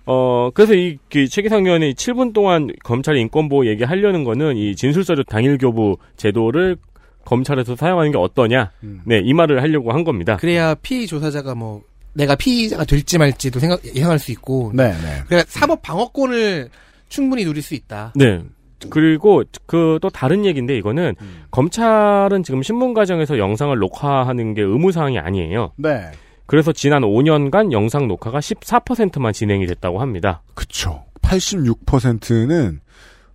어, 그래서 이, 그, 최기상 의원이 7분 동안 검찰의 인권보호 얘기하려는 거는 이 진술서류 당일교부 제도를 검찰에서 사용하는 게 어떠냐.
음.
네, 이 말을 하려고 한 겁니다.
그래야 피의 조사자가 뭐 내가 피의자가 될지 말지도 생각 예상할 수 있고
네, 네.
그래야 사법 방어권을 충분히 누릴 수 있다.
네. 그리고 그 또 다른 얘기인데 이거는 검찰은 지금 신문 과정에서 영상을 녹화하는 게 의무 사항이 아니에요.
네.
그래서 지난 5년간 영상 녹화가 14%만 진행이 됐다고 합니다.
그쵸. 86%는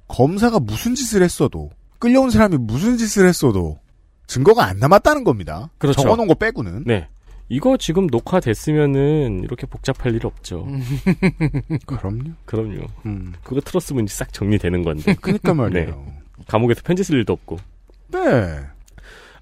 검사가 무슨 짓을 했어도 끌려온 사람이 무슨 짓을 했어도 증거가 안 남았다는 겁니다.
그렇죠.
적어놓은 거 빼고는.
네. 이거 지금 녹화됐으면은 이렇게 복잡할 일 없죠.
그럼요.
그럼요.
음.
그거 틀었으면 이제 싹 정리되는 건데.
그니까 말이에요.
감옥에서 편지 쓸 일도 없고.
그러니까 네.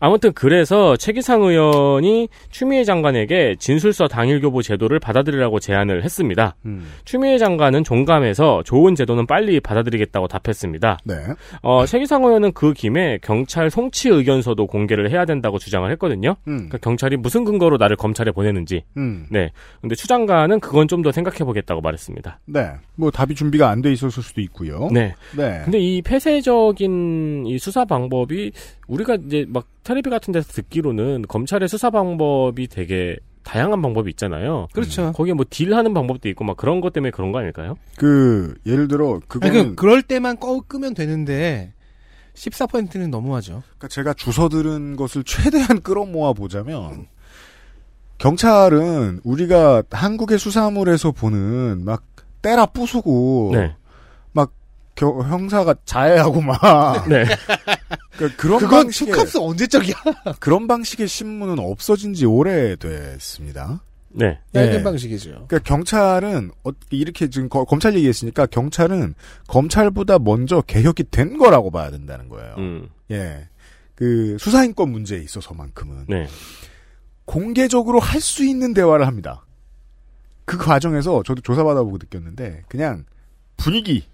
아무튼 그래서 최기상 의원이 추미애 장관에게 진술서 당일교부 제도를 받아들이라고 제안을 했습니다.
음.
추미애 장관은 종감해서 좋은 제도는 빨리 받아들이겠다고 답했습니다.
네.
어, 최기상 의원은 그 김에 경찰 송치 의견서도 공개를 해야 된다고 주장을 했거든요.
음.
그러니까 경찰이 무슨 근거로 나를 검찰에 보내는지.
음.
네. 근데 추 장관은 그건 좀 더 생각해 보겠다고 말했습니다.
네. 뭐 답이 준비가 안 돼 있었을 수도 있고요.
네.
네.
근데 이 폐쇄적인 이 수사 방법이 우리가 이제 막 텔레비 같은 데서 듣기로는 검찰의 수사 방법이 되게 다양한 방법이 있잖아요.
그렇죠.
거기에 뭐 딜하는 방법도 있고 막 그런 것 때문에 그런 거 아닐까요?
그 예를 들어
아니,
그거는
그, 그럴 때만 꺼 끄면 되는데 14%는 너무하죠.
그러니까 제가 주워 들은 것을 최대한 끌어모아 보자면 경찰은 우리가 한국의 수사물에서 보는 막 때라 부수고
네.
겨- 형사가 자해하고 막
네.
그러니까 그런
그건
방식의
투캅스 언제적이야?
그런 방식의 신문은 없어진 지 오래됐습니다.
네.
얇은
네.
방식이죠.
그러니까 경찰은 어- 이렇게 지금 거- 검찰 얘기했으니까 경찰은 검찰보다 먼저 개혁이 된 거라고 봐야 된다는 거예요.
음.
예. 그 수사인권 문제에 있어서만큼은
네.
공개적으로 할 수 있는 대화를 합니다. 그 과정에서 저도 조사받아보고 느꼈는데 그냥 분위기,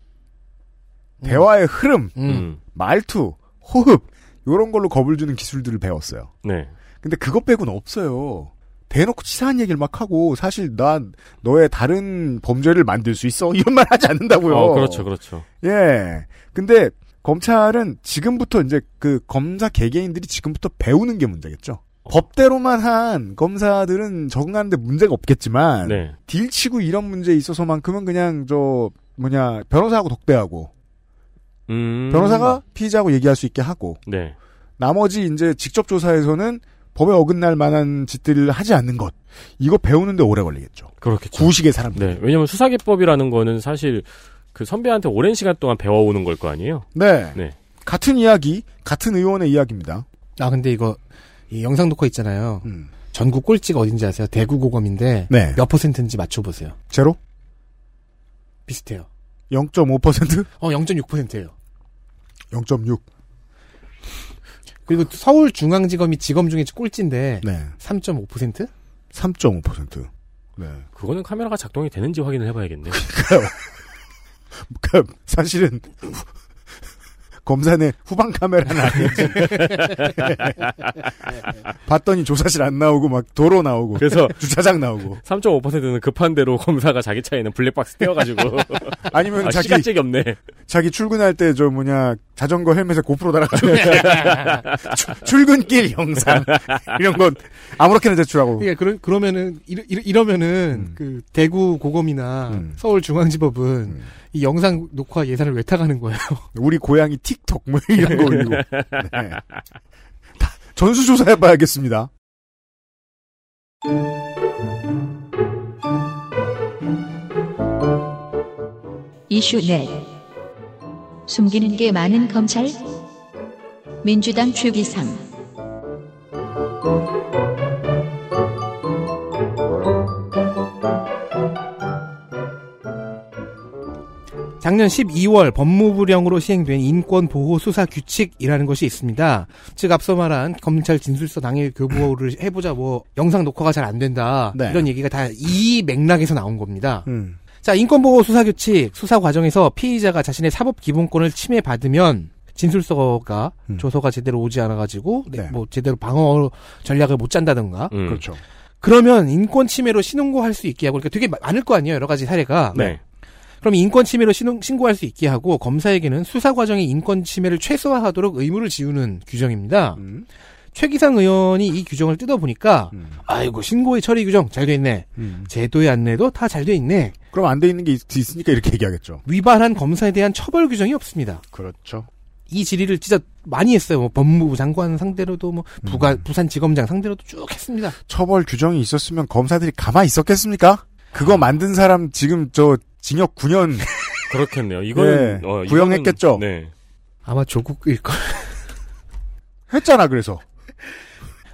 음.
대화의 흐름,
음.
음.
말투, 호흡 요런 걸로 겁을 주는 기술들을 배웠어요.
네.
근데 그것 빼고는 없어요. 대놓고 치사한 얘기를 막 하고 사실 난 너의 다른 범죄를 만들 수 있어 이런 말 하지 않는다고요.
어, 그렇죠. 그렇죠.
예. 근데 검찰은 지금부터 이제 그 검사 개개인들이 지금부터 배우는 게 문제겠죠. 법대로만 한 검사들은 적응하는데 문제가 없겠지만
네.
딜치고 이런 문제에 있어서만큼은 그냥 저 뭐냐 변호사하고 독대하고
음.
변호사가 피의자하고 얘기할 수 있게 하고
네.
나머지 이제 직접 조사에서는 법에 어긋날 만한 짓들을 하지 않는 것 이거 배우는데 오래 걸리겠죠.
그렇겠죠.
구식의 사람들.
네. 왜냐면 수사기법이라는 거는 사실 그 선배한테 오랜 시간 동안 배워오는 걸 거 아니에요?
네.
네.
같은 이야기, 같은 의원의 이야기입니다.
아 근데 이거 이 영상 녹화 있잖아요.
음.
전국 꼴찌가 어딘지 아세요? 대구 고검인데
네.
몇 퍼센트인지 맞춰보세요.
제로?
비슷해요.
0.5%?
어 0.6%예요.
0.6.
그리고 서울중앙지검이 지검 중에 꼴찌인데
네. 어.
3.5%?
3.5%. 네.
그거는 카메라가 작동이 되는지 확인을 해봐야겠네.
그 사실은 검사네 후방 카메라는 아니지. 봤더니 조사실 안 나오고 막 도로 나오고
그래서
주차장 나오고
3.5%는 급한 대로 검사가 자기 차에는 블랙박스 떼어가지고
아니면
아,
자기
시간책이 없네.
자기 출근할 때 저 뭐냐 자전거 헬멧에 고프로 달아가지고 출- 출근길 영상 이런 건 아무렇게나 제출하고
그러니까 그러, 그러면은 이러, 이러- 이러면은
음.
그 대구 고검이나
음.
서울중앙지법은
음.
이 영상 녹화 예산을 왜 타가는 거예요?
우리 고양이 틱톡 뭐 이런 거 올리고 네. 다 전수조사해봐야겠습니다.
이슈 넷 숨기는 게 많은 검찰 민주당 최기상
작년 12월 법무부령으로 시행된 인권보호수사규칙이라는 것이 있습니다. 즉 앞서 말한 검찰 진술서 당일 교부를 해보자 뭐 영상 녹화가 잘 안 된다
네.
이런 얘기가 다 이 맥락에서 나온 겁니다.
음.
자, 인권보호 수사규칙 수사 과정에서 피의자가 자신의 사법 기본권을 침해받으면 진술서가
음.
조서가 제대로 오지 않아가지고 네,
네.
뭐 제대로 방어 전략을 못 짠다든가
음.
그렇죠.
그러면 인권 침해로 신고할 수 있게 하고 그러니까 되게 마- 많을 거 아니에요 여러 가지 사례가
네.
그럼 인권 침해로 신고할수 있게 하고 검사에게는 수사 과정의 인권 침해를 최소화하도록 의무를 지우는 규정입니다
음.
최기상 의원이 이 규정을 뜯어보니까
음.
아이고 신고의 처리 규정 잘 돼 있네
음.
제도의 안내도 다 잘 돼 있네
그럼 안 돼 있는 게 있, 있으니까 이렇게 얘기하겠죠.
위반한 검사에 대한 처벌 규정이 없습니다
그렇죠.
이 질의를 진짜 많이 했어요. 뭐 법무부 장관 상대로도 뭐 부가 부산 지검장 상대로도 쭉 했습니다.
처벌 규정이 있었으면 검사들이 가만히 있었겠습니까? 그거 만든 사람 지금 저 징역 9년
그렇겠네요. 이거는
네.
어, 이거는-
구형했겠죠?
네.
아마 조국일 걸.
했잖아 그래서.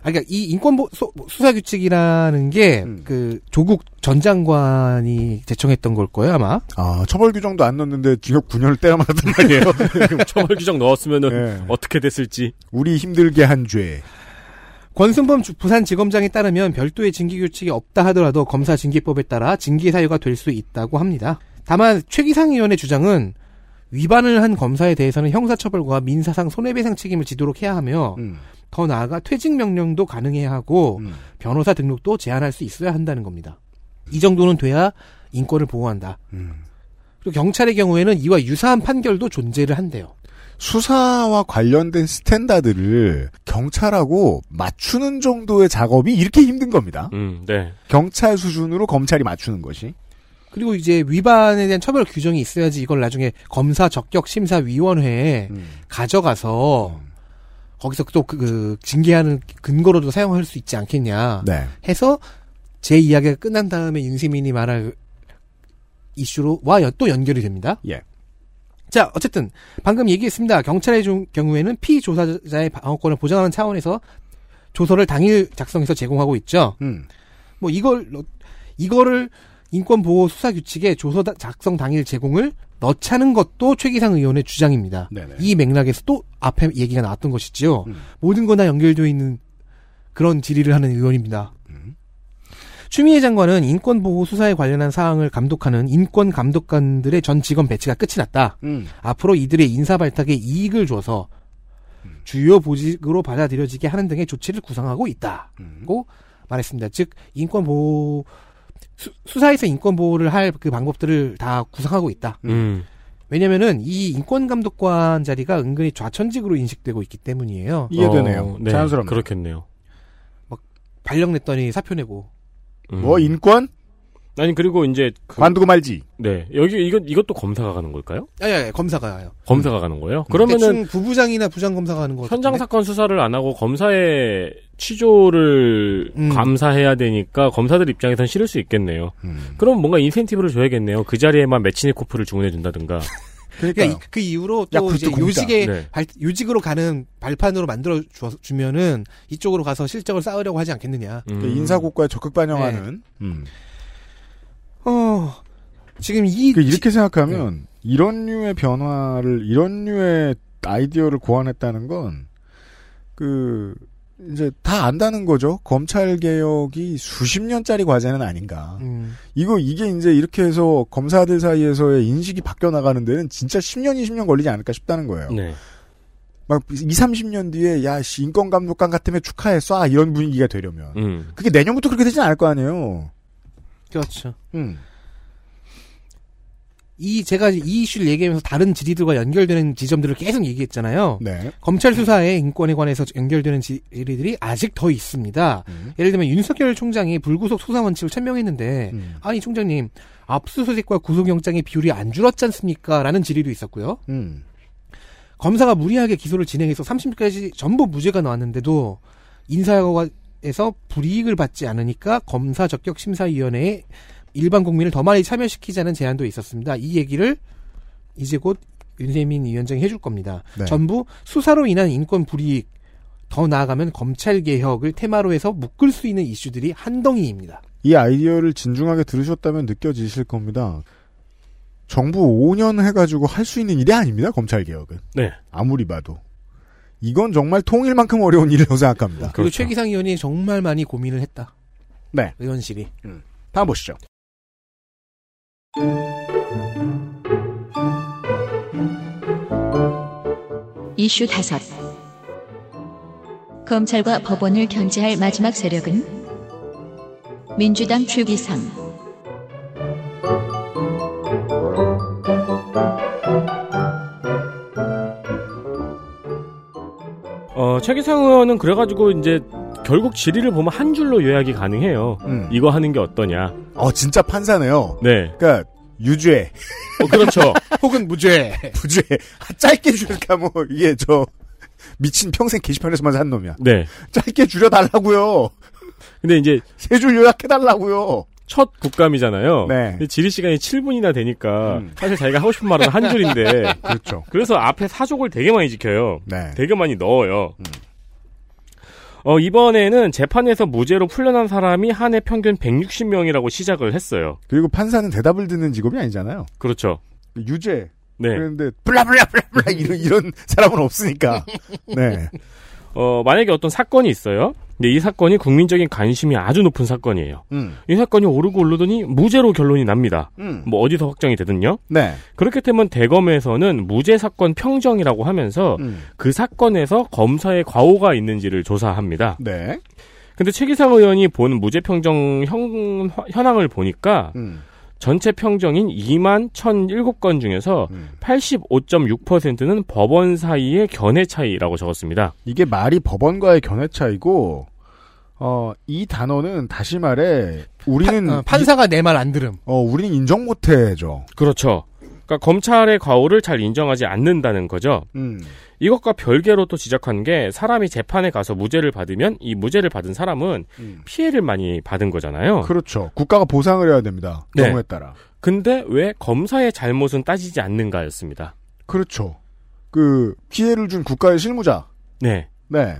아 그러니까 이 인권보 소- 수사 규칙이라는 게 그
음.
조국 전 장관이 제청했던 걸 거예요 아마.
아 처벌 규정도 안 넣었는데 징역 9년을 때려 맞았단 말이에요.
처벌 규정 넣었으면은
예.
어떻게 됐을지.
우리 힘들게 한 죄.
권순범 주- 부산지검장에 따르면 별도의 징계규칙이 없다 하더라도 검사 징계법에 따라 징계 사유가 될 수 있다고 합니다. 다만 최기상 의원의 주장은 위반을 한 검사에 대해서는 형사처벌과 민사상 손해배상 책임을 지도록 해야 하며
음.
더 나아가 퇴직 명령도 가능해야 하고
음.
변호사 등록도 제한할 수 있어야 한다는 겁니다. 이 정도는 돼야 인권을 보호한다.
음.
그리고 경찰의 경우에는 이와 유사한 판결도 존재를 한대요.
수사와 관련된 스탠다드를 경찰하고 맞추는 정도의 작업이 이렇게 힘든 겁니다.
음, 네.
경찰 수준으로 검찰이 맞추는 것이.
그리고 이제 위반에 대한 처벌 규정이 있어야지 이걸 나중에 검사 적격 심사 위원회에
음.
가져가서 거기서 또 그 징계하는 근거로도 사용할 수 있지 않겠냐
네.
해서 제 이야기가 끝난 다음에 윤세민이 말할 이슈로 와또 연결이 됩니다.
예.
자 어쨌든 방금 얘기했습니다. 경찰의 중- 경우에는 피 조사자의 방어권을 보장하는 차원에서 조서를 당일 작성해서 제공하고 있죠.
음.
뭐 이걸 넣- 이거를 인권보호 수사 규칙에 조서 다- 작성 당일 제공을 넣자는 것도 최기상 의원의 주장입니다.
네네.
이 맥락에서 또 앞에 얘기가 나왔던 것이지요.
음.
모든 거나 연결되어 있는 그런 질의를 하는 의원입니다.
음.
추미애 장관은 인권보호 수사에 관련한 사항을 감독하는 인권감독관들의 전 직원 배치가 끝이 났다.
음.
앞으로 이들의 인사 발탁에 이익을 줘서 주요 보직으로 받아들여지게 하는 등의 조치를 구상하고 있다.
음.
고 말했습니다. 즉 인권 보호 수, 사에서 인권 보호를 할 그 방법들을 다 구상하고 있다.
음.
왜냐면은 이 인권 감독관 자리가 은근히 좌천직으로 인식되고 있기 때문이에요.
이해되네요.
어, 네.
자연스럽네요.
그렇겠네요.
발령 냈더니 사표 내고
음.
뭐 인권
아니 그리고 이제 그-
관두고 말지.
네 여기 이건 이것도 검사가 가는 걸까요?
아야 검사가요.
음.
검사가 가는 거예요? 그러면은
대충 부부장이나 부장 검사가 하는 거
현장
같은데?
사건 수사를 안 하고 검사의 취조를
음.
감사해야 되니까 검사들 입장에선 싫을 수 있겠네요.
음.
그럼 뭔가 인센티브를 줘야겠네요. 그 자리에만 매치네코프를 주문해 준다든가.
그러니까 이- 그 이후로 또
야쿠르트
이제
공짜.
요직에
네.
발- 요직으로 가는 발판으로 만들어 주- 주면은 이쪽으로 가서 실적을 쌓으려고 하지 않겠느냐.
음.
그러니까 인사고과에 적극 반영하는. 음.
어 지금 이
그 이렇게 생각하면 이런 류의 변화를 이런 류의 아이디어를 고안했다는 건 그 이제 다 안다는 거죠. 검찰 개혁이 수십 년짜리 과제는 아닌가.
음,
이거 이게 이제 이렇게 해서 검사들 사이에서의 인식이 바뀌어 나가는 데는 진짜 10년 20년 걸리지 않을까 싶다는 거예요.
네.
막 2, 30년 뒤에 야 씨, 인권 감독관 같으면 축하해 쏴 이런 분위기가 되려면
음.
그게 내년부터 그렇게 되진 않을 거 아니에요.
그렇죠.
음.
이 제가 이 이슈를 얘기하면서 다른 질의들과 연결되는 지점들을 계속 얘기했잖아요.
네.
검찰 수사의 인권에 관해서 연결되는 지- 질의들이 아직 더 있습니다.
음.
예를 들면 윤석열 총장이 불구속 수사 원칙을 천명했는데
음.
아니 총장님 압수수색과 구속영장의 비율이 안 줄었지 않습니까? 라는 질의도 있었고요.
음.
검사가 무리하게 기소를 진행해서 30까지 전부 무죄가 나왔는데도 인사에서 불이익을 받지 않으니까 검사 적격 심사위원회에 일반 국민을 더 많이 참여시키자는 제안도 있었습니다. 이 얘기를 이제 곧 윤세민 위원장이 해줄 겁니다.
네.
전부 수사로 인한 인권 불이익 더 나아가면 검찰 개혁을 테마로 해서 묶을 수 있는 이슈들이 한덩이입니다.
이 아이디어를 진중하게 들으셨다면 느껴지실 겁니다. 정부 5년 해가지고 할 수 있는 일이 아닙니다. 검찰 개혁은
네.
아무리 봐도 이건 정말 통일만큼 어려운 일이라고 생각합니다.
그리고
그렇죠.
최기상 의원이 정말 많이 고민을 했다.
네.
의원실이.
다음 보시죠.
이슈 다섯 검찰과 법원을 견제할 마지막 세력은 민주당 추기상
어, 최기상 의원은 그래가지고 이제 결국 질의를 보면 한 줄로 요약이 가능해요.
음.
이거 하는 게 어떠냐.
어 진짜 판사네요.
네.
그러니까 유죄,
어, 그렇죠.
혹은 무죄.
부죄 아, 짧게 줄까 뭐 이게 저 미친 평생 게시판에서만 산 놈이야.
네.
짧게 줄여달라고요.
근데 이제
세 줄 요약해달라고요.
첫 국감이잖아요.
네.
근데 질의 시간이 7분이나 되니까
음.
사실 자기가 하고 싶은 말은 한 줄인데
그렇죠.
그래서 앞에 사족을 되게 많이 지켜요.
네.
되게 많이 넣어요. 어, 이번에는 재판에서 무죄로 풀려난 사람이 한 해 평균 160명이라고 시작을 했어요.
그리고 판사는 대답을 듣는 직업이 아니잖아요.
그렇죠.
유죄
네.
그 그런데 블라블라블라블라 이런 이런 사람은 없으니까. 네.
어, 만약에 어떤 사건이 있어요. 근데 이 사건이 국민적인 관심이 아주 높은 사건이에요.
음,
이 사건이 오르고 오르더니 무죄로 결론이 납니다.
음.
뭐 어디서 확정이 되든요.
네.
그렇게 되면 대검에서는 무죄 사건 평정이라고 하면서
음.
그 사건에서 검사의 과오가 있는지를 조사합니다.
네.
근데 최기상 의원이 본 무죄 평정 형- 현황을 보니까
음.
전체 평정인 2만 1,007건 중에서
음.
85.6%는 법원 사이의 견해 차이라고 적었습니다.
이게 말이 법원과의 견해 차이고 어, 이 단어는 다시 말해 우리는
파- 어, 판사가 내 말 안 들음.
이- 어, 우리는 인정 못 해죠.
그렇죠. 그러니까 검찰의 과오를 잘 인정하지 않는다는 거죠.
음.
이것과 별개로 또 지적한 게 사람이 재판에 가서 무죄를 받으면 이 무죄를 받은 사람은
음.
피해를 많이 받은 거잖아요.
그렇죠. 국가가 보상을 해야 됩니다.
네.
경우에 따라.
근데 왜 검사의 잘못은 따지지 않는가였습니다.
그렇죠. 그 피해를 준 국가의 실무자.
네.
네.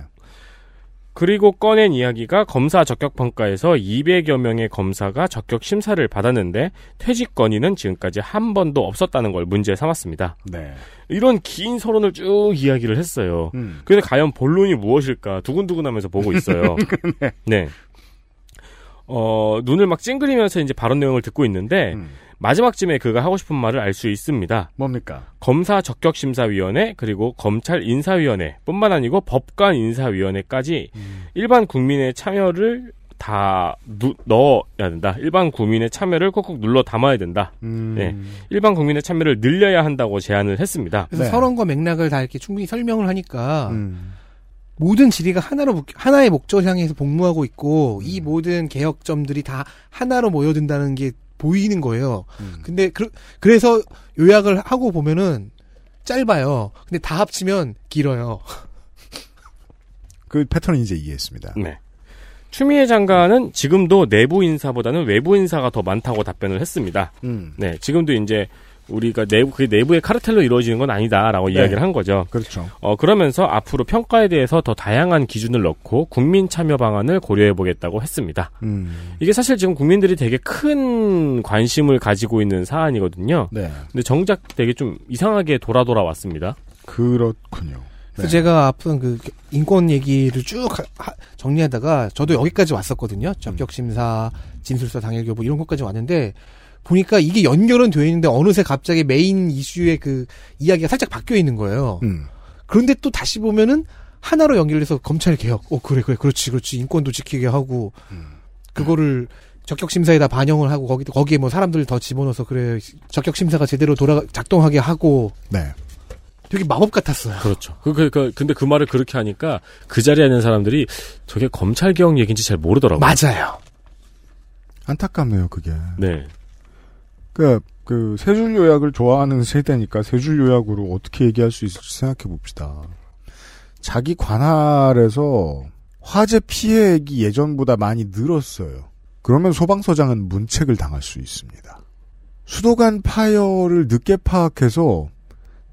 그리고 꺼낸 이야기가 검사 적격 평가에서 200여 명의 검사가 적격 심사를 받았는데 퇴직 건의는 지금까지 한 번도 없었다는 걸 문제 삼았습니다.
네.
이런 긴 서론을 쭉 이야기를 했어요.
음.
근데 과연 본론이 무엇일까 두근두근하면서 보고 있어요. 네. 어, 눈을 막 찡그리면서 이제 발언 내용을 듣고 있는데
음.
마지막쯤에 그가 하고 싶은 말을 알 수 있습니다.
뭡니까?
검사 적격심사위원회 그리고 검찰 인사위원회뿐만 아니고 법관 인사위원회까지
음.
일반 국민의 참여를 다 누- 넣어야 된다. 일반 국민의 참여를 콕콕 눌러 담아야 된다.
음.
네. 일반 국민의 참여를 늘려야 한다고 제안을 했습니다.
그래서
네.
서론과 맥락을 다 이렇게 충분히 설명을 하니까
음.
모든 지리가 하나로 묶- 하나의 목적을 향해서 복무하고
음.
있고 이 모든 개혁점들이 다 하나로 모여든다는 게 보이는 거예요.
음.
근데 그, 래서 요약을 하고 보면은 짧아요. 근데 다 합치면 길어요.
그 패턴을 이제 이해했습니다.
네. 추미애 장관은 지금도 내부 인사보다는 외부 인사가 더 많다고 답변을 했습니다.
음.
네, 지금도 이제 우리가 내부 그게 내부의 카르텔로 이루어지는 건 아니다라고
네.
이야기를 한 거죠.
그렇죠.
어, 그러면서 앞으로 평가에 대해서 더 다양한 기준을 넣고 국민 참여 방안을 고려해 보겠다고 했습니다.
음.
이게 사실 지금 국민들이 되게 큰 관심을 가지고 있는 사안이거든요.
네.
근데 정작 되게 좀 이상하게 돌아 돌아왔습니다.
그렇군요.
그래서 제가 앞선 그 인권 얘기를 쭉 하- 하- 정리하다가 저도 여기까지 왔었거든요. 적격심사, 진술서 당일 교부 뭐 이런 것까지 왔는데 보니까 이게 연결은 되어 있는데 어느새 갑자기 메인 이슈의 그 이야기가 살짝 바뀌어 있는 거예요.
음.
그런데 또 다시 보면은 하나로 연결돼서 검찰 개혁. 어 그래 그래 그렇지 그렇지 인권도 지키게 하고 그거를 적격 심사에다 반영을 하고 거기 거기에 뭐 사람들 더 집어넣어서 그래 적격 심사가 제대로 돌아 작동하게 하고
네.
되게 마법 같았어요.
그렇죠. 그, 그, 그, 근데 그 말을 그렇게 하니까 그 자리에 있는 사람들이 저게 검찰개혁 얘기인지 잘 모르더라고요.
맞아요.
안타깝네요, 그게.
네.
그, 그, 세 줄 요약을 좋아하는 세대니까 세 줄 요약으로 어떻게 얘기할 수 있을지 생각해 봅시다. 자기 관할에서 화재 피해액이 예전보다 많이 늘었어요. 그러면 소방서장은 문책을 당할 수 있습니다. 수도관 파열을 늦게 파악해서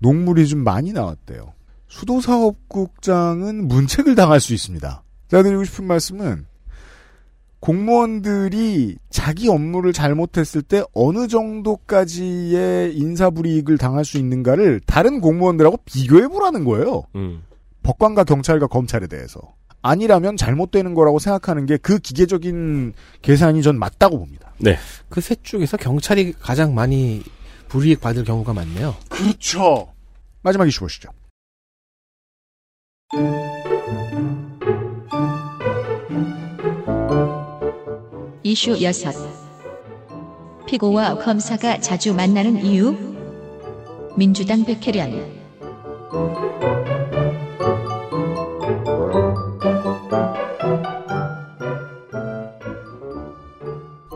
녹물이 좀 많이 나왔대요. 수도사업국장은 문책을 당할 수 있습니다. 제가 드리고 싶은 말씀은 공무원들이 자기 업무를 잘못했을 때 어느 정도까지의 인사불이익을 당할 수 있는가를 다른 공무원들하고 비교해보라는 거예요.
음.
법관과 경찰과 검찰에 대해서. 아니라면 잘못되는 거라고 생각하는 게 그 기계적인 계산이 전 맞다고 봅니다.
그 셋 중에서 경찰이 가장 많이 불이익 받을 경우가 많네요.
그렇죠. 마지막 이슈 보시죠.
이슈 6. 피고와 검사가 자주 만나는 이유? 민주당 백혜련.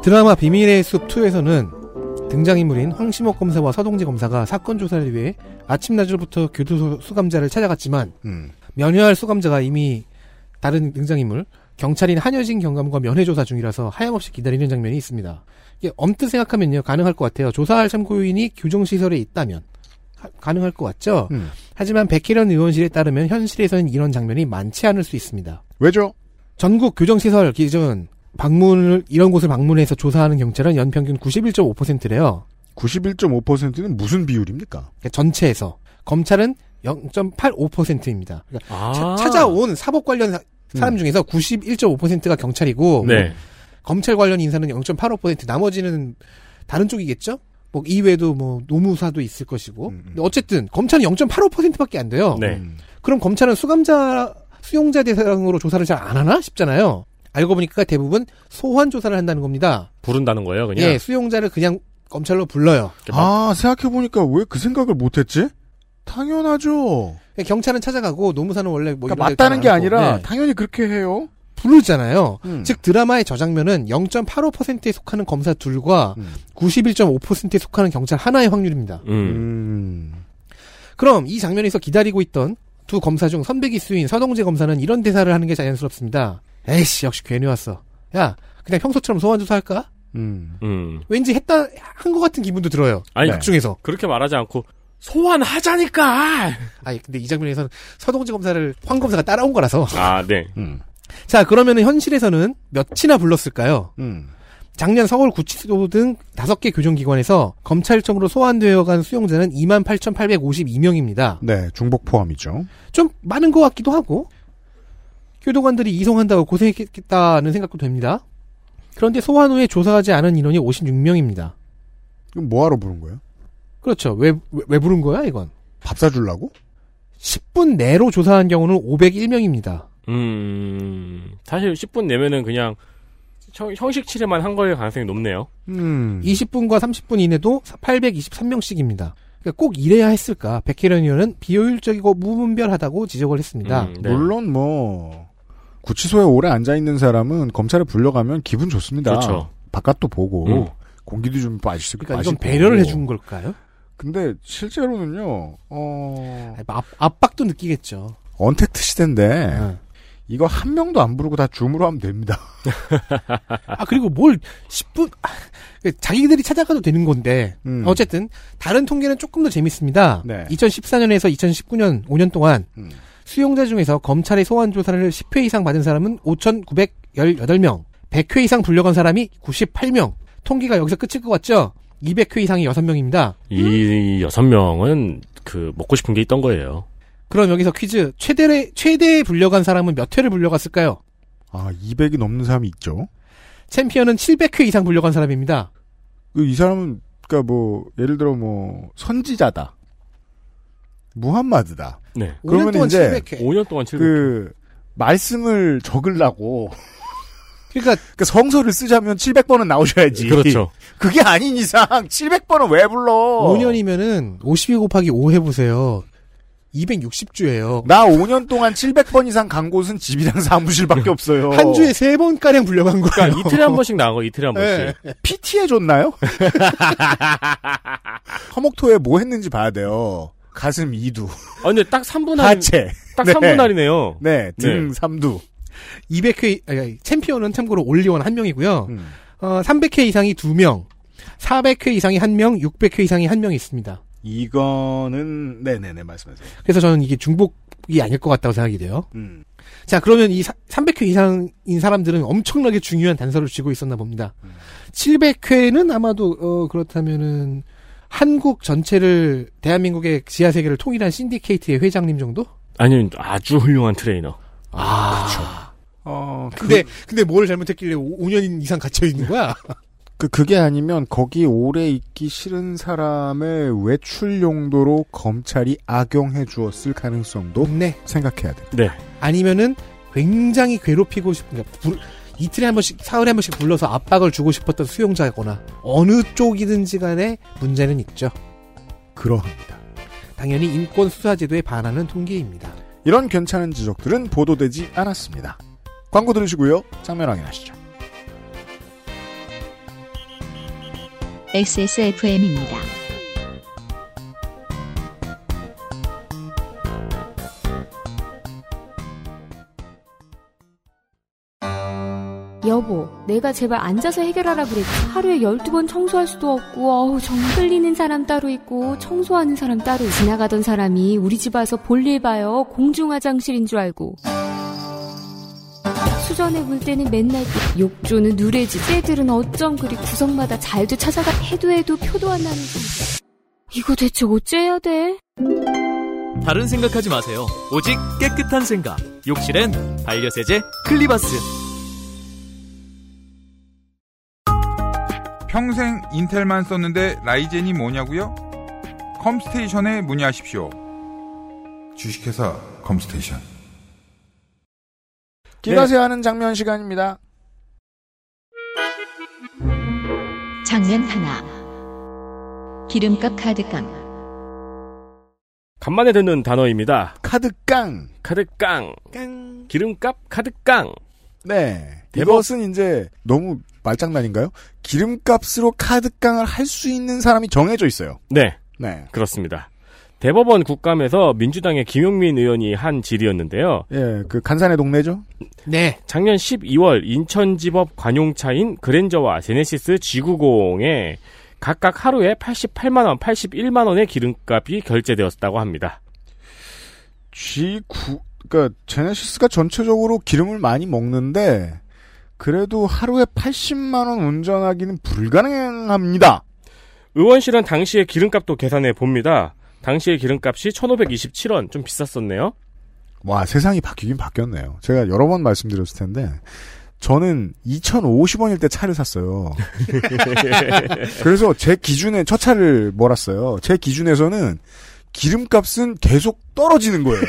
드라마 비밀의 숲 2에서는 등장인물인 황시목 검사와 서동재 검사가 사건 조사를 위해 아침 낮으로부터 교도소 수감자를 찾아갔지만
음.
면회할 수감자가 이미 다른 등장인물 경찰인 한여진 경감과 면회 조사 중이라서 하염없이 기다리는 장면이 있습니다. 이게 엄뜻 생각하면요 가능할 것 같아요. 조사할 참고인이 교정 시설에 있다면 가- 가능할 것 같죠.
음.
하지만 백혜련 의원실에 따르면 현실에서는 이런 장면이 많지 않을 수 있습니다.
왜죠?
전국 교정시설 기준 방문을 이런 곳을 방문해서 조사하는 경찰은 연평균 91.5%래요.
91.5%는 무슨 비율입니까?
전체에서 검찰은 0.85%입니다. 그러니까
아. 음.
차- 찾아온 사법 관련 사- 사람 중에서 91.5%가 경찰이고
네.
검찰 관련 인사는 0.85% 나머지는 다른 쪽이겠죠? 뭐 이외에도 뭐 노무사도 있을 것이고
음, 음.
근데 어쨌든 검찰은 0.85%밖에 안 돼요.
네.
음.
그럼 검찰은 수감자 수용자 대상으로 조사를 잘 안 하나 싶잖아요. 알고 보니까 대부분 소환 조사를 한다는 겁니다.
부른다는 거예요, 그냥.
예, 수용자를 그냥 검찰로 불러요.
아 생각해보니까 왜 그 생각을 못했지? 당연하죠.
경찰은 찾아가고 노무사는 원래 뭐
그러니까
이런 데도
맞다는 게
안 하고,
아니라
네,
당연히 그렇게 해요.
부르잖아요.
음.
즉 드라마의 저 장면은 0.85%에 속하는 검사 둘과
음.
91.5%에 속하는 경찰 하나의 확률입니다.
음.
음.
그럼 이 장면에서 기다리고 있던 두 검사 중 선배 기수인 서동재 검사는 이런 대사를 하는 게 자연스럽습니다. 에이씨 역시 괜히 왔어. 야 그냥 평소처럼 소환 조사할까?
음.
음.
왠지 했다 한 것 같은 기분도 들어요. 네.
아니,
극 중에서.
그렇게 말하지 않고 소환하자니까.
아니 근데 이 장면에서는 서동재 검사를 황 검사가 따라온 거라서.
아, 네.
음.
자 그러면 현실에서는 몇이나 불렀을까요?
음.
작년 서울구치소 등 5개 교정기관에서 검찰청으로 소환되어 간 수용자는 28,852명입니다.
네, 중복 포함이죠.
좀 많은 것 같기도 하고, 교도관들이 이송한다고 고생했겠다는 생각도 됩니다. 그런데 소환 후에 조사하지 않은 인원이 56명입니다.
이건 뭐하러 부른 거예요?
그렇죠. 왜, 왜, 왜 부른 거야, 이건?
밥 사주려고?
10분 내로 조사한 경우는 501명입니다.
음. 사실 10분 내면은 그냥 형, 형식 치레만 한 거일 가능성이 높네요.
음.
20분과 30분 이내도 823명씩입니다. 그러니까 꼭 이래야 했을까? 백혜련 의원은 비효율적이고 무분별하다고 지적을 했습니다.
음, 네.
물론 뭐 구치소에 오래 앉아 있는 사람은 검찰에 불려가면 기분 좋습니다.
그렇죠.
바깥도 보고
음.
공기도 좀 마시고.
그러니까 이건
마시고.
배려를 해준 걸까요?
근데 실제로는요. 어.
아니, 뭐 압, 압박도 느끼겠죠.
언택트 시대인데
응.
이거 한 명도 안 부르고 다 줌으로 하면 됩니다.
아 그리고 뭘 10분 아, 자기들이 찾아가도 되는 건데
음.
어쨌든 다른 통계는 조금 더 재밌습니다.
네.
2014년에서 2019년 5년 동안
음.
수용자 중에서 검찰의 소환 조사를 10회 이상 받은 사람은 5,918명, 100회 이상 불려간 사람이 98명. 통계가 여기서 끝일 것 같죠? 200회 이상이 6명입니다.
이 여섯 명은 그 먹고 싶은 게 있던 거예요.
그럼 여기서 퀴즈 최대 최대에 불려간 사람은 몇 회를 불려갔을까요?
아, 200이 넘는 사람이 있죠.
챔피언은 700회 이상 불려간 사람입니다.
그이 사람은 그러니까 뭐 예를 들어 뭐 선지자다. 무함마드다.
5년
그러면
동안
이제
700회.
네. 5년 동안 7 0
그 말씀을 적으려고
그러니까
그러니까 성서를 쓰자면 700번은 나오셔야지.
그렇죠.
그게 아닌 이상 700번은 왜 불러?
5년이면은 52 곱하기 5 해보세요. 260주예요.
나 5년 동안 700번 이상 간 곳은 집이랑 사무실밖에 없어요.
한 주에 세 번 가량 불려간 거예요.
그러니까 이틀에 한 번씩 나온 거 이틀에 한 번씩.
PT 해줬나요? 허목토에 뭐 했는지 봐야 돼요. 가슴 2두,
아 근데 딱 3분 할
하체,
딱
네.
3분 할이네요.
네, 등
네.
3두.
200회 아니, 아니, 챔피언은 참고로 올리원 한 명이고요.
음.
어, 300회 이상이 두 명, 400회 이상이 한 명, 600회 이상이 한 명 있습니다.
이거는 네네네 말씀하세요.
그래서 저는 이게 중복이 아닐 것 같다고 생각이 돼요.
음.
자, 그러면 이 사- 300회 이상인 사람들은 엄청나게 중요한 단서를 쥐고 있었나 봅니다. 700회는 아마도 어, 그렇다면은 한국 전체를 대한민국의 지하 세계를 통일한 신디케이트의 회장님 정도?
아니, 아주 훌륭한 트레이너.
어,
근데 근데 뭘 잘못했길래 5년 이상 갇혀 있는 거야?
그 그게 아니면 거기 오래 있기 싫은 사람의 외출 용도로 검찰이 악용해 주었을 가능성도
네.
생각해야 돼.
아니면은 굉장히 괴롭히고 싶은 그러니까 불- 이틀에 한 번씩 사흘에 한 번씩 불러서 압박을 주고 싶었던 수용자거나 어느 쪽이든지 간에 문제는 있죠.
그러합니다.
당연히 인권 수사 제도에 반하는 통계입니다.
이런 괜찮은 지적들은 보도되지 않았습니다. 광고 들으시고요. 장면 확인하시죠.
XSFM입니다.
여보, 내가 제발 앉아서 해결하라 그랬지. 하루에 12번 청소할 수도 없고, 어우, 정 흘리는 사람 따로 있고, 청소하는 사람 따로 있고. 지나가던 사람이 우리 집 와서 볼일 봐요. 공중화장실인 줄 알고. 수전에 물 때는 맨날 삐- 욕조는 누래지. 쟤들은 어쩜 그리 구석마다 잘도 찾아가. 해도 해도 표도 안 나는 거. 이거 대체 어째야 돼?
다른 생각하지 마세요. 오직 깨끗한 생각. 욕실엔 반려세제 클리바스.
평생 인텔만 썼는데 라이젠이 뭐냐고요? 컴스테이션에 문의하십시오. 주식회사 컴스테이션.
길가세 하는 장면 시간입니다.
장면 하나. 기름값 카드깡.
간만에 듣는 단어입니다.
카드 깡.
카드깡. 기름값 카드깡.
네.
이거-
이것은 이제 너무 말장난인가요? 기름값으로 카드 깡을 할 수 있는 사람이 정해져 있어요.
네,
네.
그렇습니다. 대법원 국감에서 민주당의 김용민 의원이 한 질의였는데요.
예, 그 간산의 동네죠?
네.
작년 12월 인천지법 관용차인 그랜저와 제네시스 G90에 각각 하루에 88만원, 81만원의 기름값이 결제되었다고 합니다.
G9, 그니까, 그러니까 제네시스가 전체적으로 기름을 많이 먹는데, 그래도 하루에 80만원 운전하기는 불가능합니다.
의원실은 당시의 기름값도 계산해 봅니다. 당시의 기름값이 1,527원, 좀 비쌌었네요.
와, 세상이 바뀌긴 바뀌었네요. 제가 여러 번 말씀드렸을 텐데, 저는 2,050원일 때 차를 샀어요. 그래서 제 기준에 첫 차를 몰았어요. 제 기준에서는 기름값은 계속 떨어지는 거예요.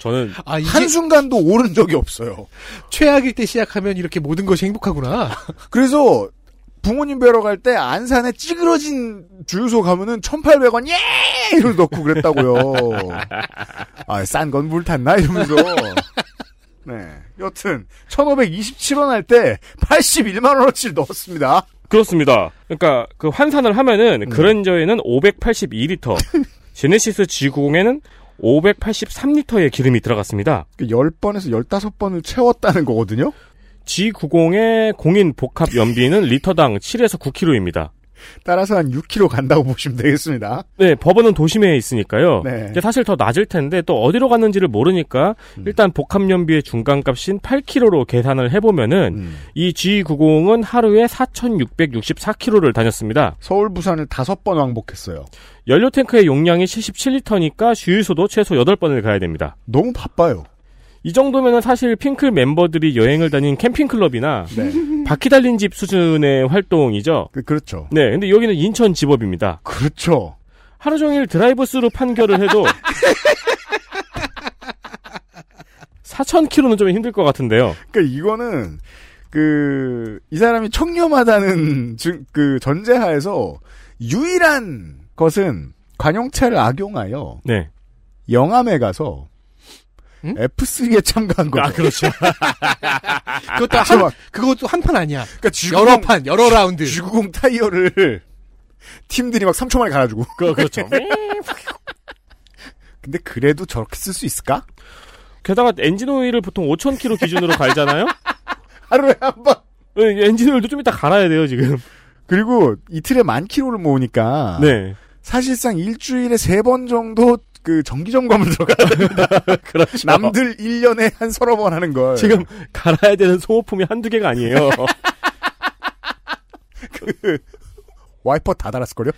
저는
아, 이게
한순간도 오른 적이 없어요.
최악일 때 시작하면 이렇게 모든 것이 행복하구나.
그래서 부모님 뵈러 갈 때 안산에 찌그러진 주유소 가면은 1,800원 예! 이걸 넣고 그랬다고요. 아, 싼 건 물 탔나 이러면서. 네. 여튼 1,527원 할 때 81만 원어치를 넣었습니다.
그렇습니다. 그러니까 그 환산을 하면은 그랜저에는 582리터, 제네시스 G90에는 583리터의 기름이 들어갔습니다.
10번에서 15번을 그 채웠다는 거거든요.
G90의 공인 복합 연비는 리터당 7에서 9km입니다.
따라서 한 6km 간다고 보시면 되겠습니다.
네, 법원은 도심에 있으니까요.
네.
근데 사실 더 낮을 텐데 또 어디로 갔는지를 모르니까
음.
일단 복합연비의 중간값인 8km로 계산을 해보면은
음.
이 G90은 하루에 4,664km를 다녔습니다.
서울 부산을 5번 왕복했어요.
연료 탱크의 용량이 77리터니까 주유소도 최소 8번을 가야 됩니다.
너무 바빠요.
이 정도면은 사실 핑클 멤버들이 여행을 다닌 캠핑클럽이나
네.
바퀴 달린 집 수준의 활동이죠.
그- 그렇죠.
네, 근데 여기는 인천 지법입니다.
그렇죠.
하루 종일 드라이브스루 판결을 해도 4,000km는 좀 힘들 것 같은데요.
그러니까 이거는 그 이 사람이 청렴하다는 증- 그 전제하에서 유일한 것은 관용차를 악용하여
네.
영암에 가서
응?
F3에 참가한 거죠.
아, 그렇죠.
그것도 한, 그것도 한 판 아니야.
아, 그러니까 지구공,
여러 판, 여러 라운드.
지구공 타이어를 팀들이 막 3초 만에 갈아주고.
그, 그렇죠.
근데 그래도 저렇게 쓸 수 있을까?
게다가 엔진 오일을 보통 5,000km 기준으로 갈잖아요?
하루에 한 번.
네, 엔진 오일도 좀 이따 갈아야 돼요, 지금.
그리고 이틀에 만 킬로를 모으니까
네.
사실상 일주일에 세 번 정도 그 정기 점검을 들어가야
그렇죠.
남들 1년에 한 서너 번 하는 걸.
지금 갈아야 되는 소모품이 한두 개가 아니에요.
와이퍼 다 달았을걸요?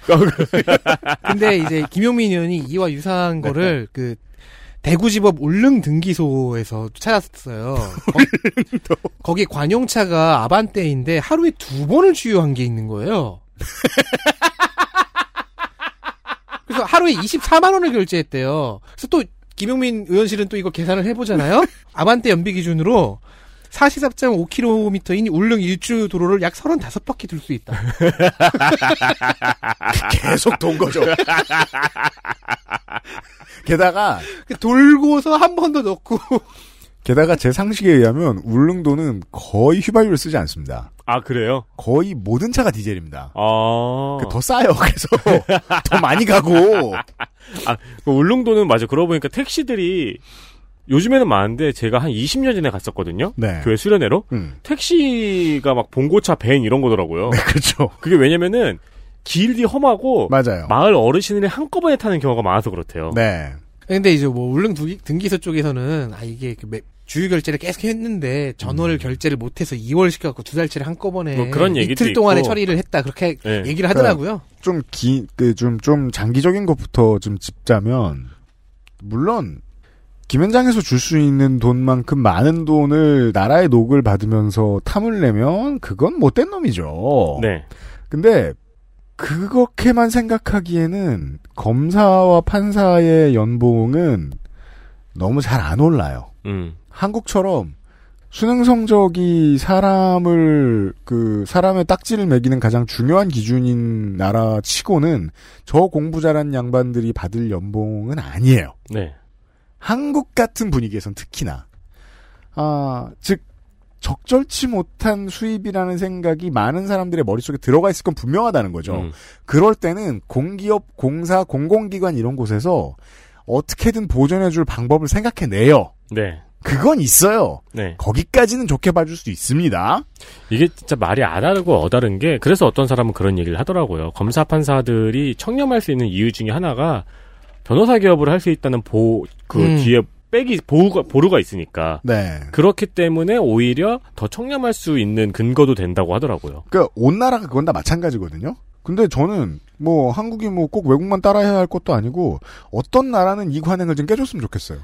근데 이제 김용민 의원이 이와 유사한 거를 그 대구지법 울릉 등기소에서 찾았어요. 거, 거기 관용차가 아반떼인데 하루에 두 번을 주유한 게 있는 거예요. 그래서 하루에 24만 원을 결제했대요. 그래서 또 김용민 의원실은 또 이거 계산을 해보잖아요. 아반떼 연비 기준으로 44.5km인 울릉 일주 도로를 약 35바퀴 돌 수 있다.
계속 돈 거죠. 게다가
돌고서 한 번 더 넣고
게다가 제 상식에 의하면 울릉도는 거의 휘발유를 쓰지 않습니다.
아, 그래요?
거의 모든 차가 디젤입니다.
아.
더 싸요. 그래서 더 많이 가고
그 울릉도는 맞아. 그러고 보니까 택시들이 요즘에는 많은데 제가 한 20년 전에 갔었거든요.
네.
교회 수련회로.
음.
택시가 막 봉고차 밴 이런 거더라고요.
그렇죠.
그게 왜냐면은 길이 험하고
맞아요.
마을 어르신들이 한꺼번에 타는 경우가 많아서 그렇대요.
네.
근데 이제 뭐 울릉 등기- 등기소 쪽에서는 아 이게 그 매- 주유 결제를 계속 했는데 전월 결제를 못해서 2월 시켜갖고 두 달치를 한꺼번에
음. 뭐 그런 얘기도
이틀 동안에
있고.
처리를 했다 그렇게
네.
얘기를 하더라고요.
좀 기, 그, 좀, 좀 장기적인 것부터 좀 짚자면, 물론 김현장에서 줄 수 있는 돈만큼 많은 돈을 나라의 녹을 받으면서 탐을 내면 그건 못된 놈이죠.
네.
근데 그렇게만 생각하기에는 검사와 판사의 연봉은 너무 잘 안 올라요.
음.
한국처럼 수능 성적이 사람을 그 사람의 딱지를 매기는 가장 중요한 기준인 나라 치고는 저 공부 잘한 양반들이 받을 연봉은 아니에요.
네.
한국 같은 분위기에선 특히나 아, 즉 적절치 못한 수입이라는 생각이 많은 사람들의 머릿속에 들어가 있을 건 분명하다는 거죠.
음.
그럴 때는 공기업, 공사, 공공기관 이런 곳에서 어떻게든 보존해 줄 방법을 생각해내요.
네.
그건 있어요.
네.
거기까지는 좋게 봐줄 수 있습니다.
이게 진짜 말이 안 하고 어다른 게 그래서 어떤 사람은 그런 얘기를 하더라고요. 검사 판사들이 청렴할 수 있는 이유 중에 하나가 변호사 기업을 할 수 있다는 보 그
음.
뒤에 백이 보호가 보루가 있으니까
네.
그렇기 때문에 오히려 더 청렴할 수 있는 근거도 된다고 하더라고요.
그러니까 온 나라가 그건 다 마찬가지거든요. 근데 저는 뭐 한국이 뭐 꼭 외국만 따라야 할 것도 아니고 어떤 나라는 이 관행을 좀 깨줬으면 좋겠어요.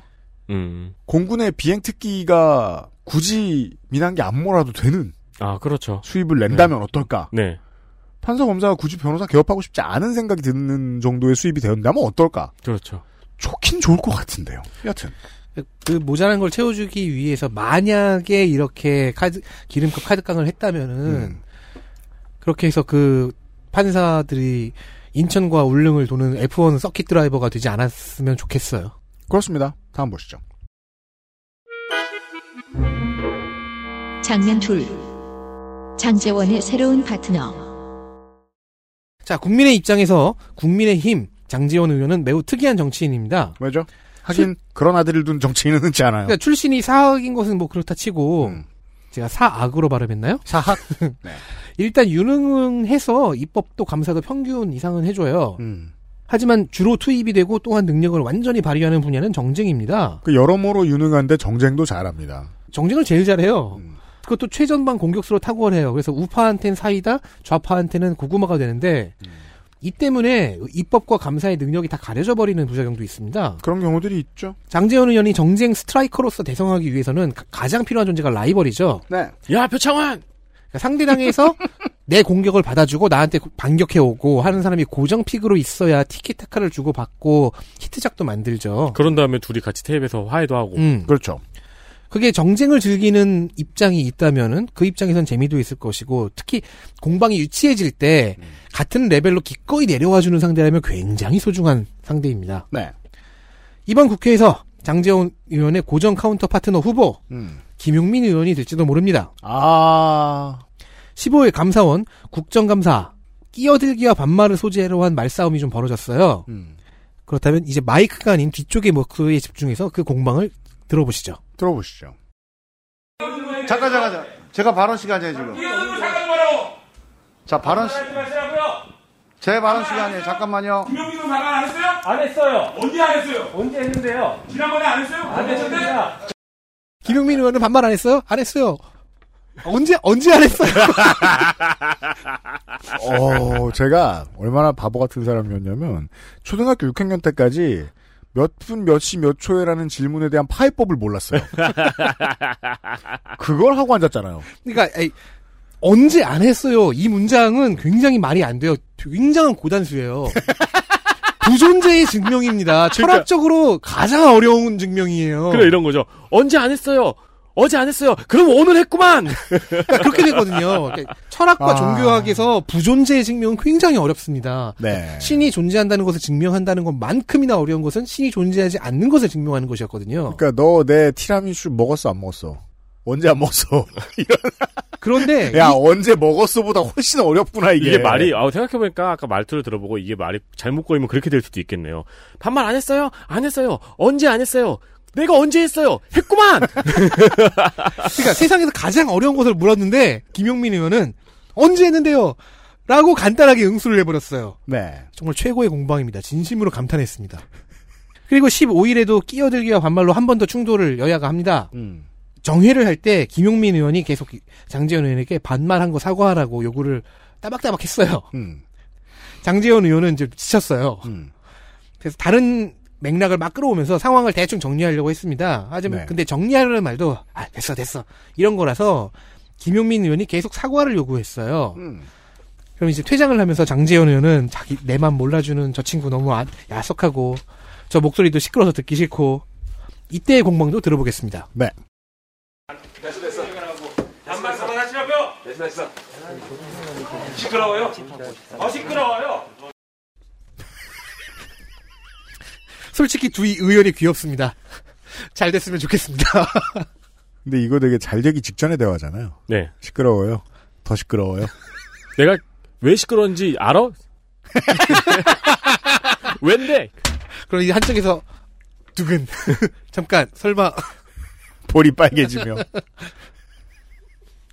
음.
공군의 비행 특기가 굳이 민항기 안 몰아도 되는
아 그렇죠.
수입을 낸다면 어떨까?
네.
판사 검사가 굳이 변호사 개업하고 싶지 않은 생각이 드는 정도의 수입이 된다면 어떨까?
그렇죠.
좋긴 좋을 것 같은데요. 여튼
그 모자란 걸 채워주기 위해서 만약에 이렇게 카드 기름값 카드깡을 했다면은
음.
그렇게 해서 그 판사들이 인천과 울릉을 도는 F1 서킷 드라이버가 되지 않았으면 좋겠어요.
그렇습니다. 다음 보시죠.
장면 둘 장재원의 새로운 파트너
자, 국민의 입장에서 국민의힘 장재원 의원은 매우 특이한 정치인입니다.
왜죠? 하긴 그런 아들을 둔 정치인은 흔치 않아요.
그러니까 출신이 사학인 것은 뭐 그렇다 치고
음.
제가 사악으로 발음했나요?
사학.
일단 유능해서 입법도 감사도 평균 이상은 해줘요.
음.
하지만 주로 투입이 되고 또한 능력을 완전히 발휘하는 분야는 정쟁입니다.
그 여러모로 유능한데 정쟁도 잘합니다.
정쟁을 제일 잘해요.
음.
그것도 최전방 공격수로 탁월해요. 그래서 우파한테는 사이다, 좌파한테는 고구마가 되는데 이 때문에 입법과 감사의 능력이 다 가려져 버리는 부작용도 있습니다.
그런 경우들이 있죠.
장재현 의원이 정쟁 스트라이커로서 대성하기 위해서는 가- 가장 필요한 존재가 라이벌이죠.
네.
야 표창원.
그러니까 상대당에서 내 공격을 받아주고 나한테 반격해오고 하는 사람이 고정픽으로 있어야 티키타카를 주고받고 히트작도 만들죠.
그런 다음에 둘이 같이 테이프에서 화해도 하고.
음.
그렇죠.
그게 정쟁을 즐기는 입장이 있다면은 그 입장에선 재미도 있을 것이고 특히 공방이 유치해질 때 같은 레벨로 기꺼이 내려와 주는 상대라면 굉장히 소중한 상대입니다.
네.
이번 국회에서 장재원 의원의 고정 카운터 파트너 후보
음.
김용민 의원이 될지도 모릅니다.
아.
15일 감사원 국정감사 끼어들기와 반말을 소재로 한 말싸움이 좀 벌어졌어요.
음.
그렇다면 이제 마이크가 아닌 뒤쪽의 목소리에 집중해서 그 공방을 들어보시죠.
들어보시죠.
잠깐 잠깐 잠깐. 제가 발언 시간이에요 지금. 자 발언 시. 제 발언 시간이에요. 잠깐만요.
김용민 의원은 반말 안 했어요? 안 했어요. 언제 언제 안 했어요?
어, 제가 얼마나 바보 같은 사람이었냐면 초등학교 6학년 때까지 몇 분, 몇 시, 몇 초에라는 질문에 대한 파해법을 몰랐어요. 그걸 하고 앉았잖아요.
그러니까 에이, 언제 안 했어요? 이 문장은 굉장히 말이 안 돼요. 굉장한 고단수예요. 부존재의 증명입니다. 철학적으로 가장 어려운 증명이에요.
그래 이런 거죠. 언제 안 했어요? 어제 안 했어요. 그럼 오늘 했구만.
그러니까 그렇게 되거든요. 그러니까 철학과
아.
종교학에서 부존재의 증명은 굉장히 어렵습니다.
네.
신이 존재한다는 것을 증명한다는 것만큼이나 어려운 것은 신이 존재하지 않는 것을 증명하는 것이었거든요.
그러니까 너 내 티라미슈 먹었어, 안 먹었어? 언제 안 먹었어?
그런데
야, 언제 먹었어보다 훨씬 어렵구나, 이게.
이게 말이 아 생각해보니까 아까 말투를 들어보고 이게 말이 잘못 꼬이면 그렇게 될 수도 있겠네요. 반말 안 했어요? 안 했어요. 언제 안 했어요? 내가 언제 했어요? 했구만.
그러니까 세상에서 가장 어려운 것을 물었는데 김용민 의원은 언제 했는데요? 라고 간단하게 응수를 해버렸어요.
네.
정말 최고의 공방입니다. 진심으로 감탄했습니다. 그리고 15일에도 끼어들기와 반말로 한 번 더 충돌을 여야가 합니다.
음.
정회를 할 때 김용민 의원이 계속 장재현 의원에게 반말한 거 사과하라고 요구를 따박따박 했어요.
음.
장재현 의원은 이제 지쳤어요.
음.
그래서 다른 맥락을 막 끌어오면서 상황을 대충 정리하려고 했습니다. 하지만
네.
근데 정리하려는 말도 아 됐어 됐어 이런 거라서 김용민 의원이 계속 사과를 요구했어요.
음.
그럼 이제 퇴장을 하면서 장재현 의원은 자기 내 맘 몰라주는 저 친구 너무 안- 야속하고 저 목소리도 시끄러워서 듣기 싫고 이때의 공방도 들어보겠습니다.
네.
반말 그만하시라고요. 됐어 됐어. 시끄러워요. 어 시끄러워요.
솔직히 두 이- 의원이 귀엽습니다. 잘 됐으면 좋겠습니다.
근데 이거 되게 잘 되기 직전의 대화잖아요.
네.
시끄러워요. 더 시끄러워요.
내가 왜 시끄러운지 알아? 왠데?
그럼 이 한쪽에서 두근 잠깐 설마
볼이 빨개지며.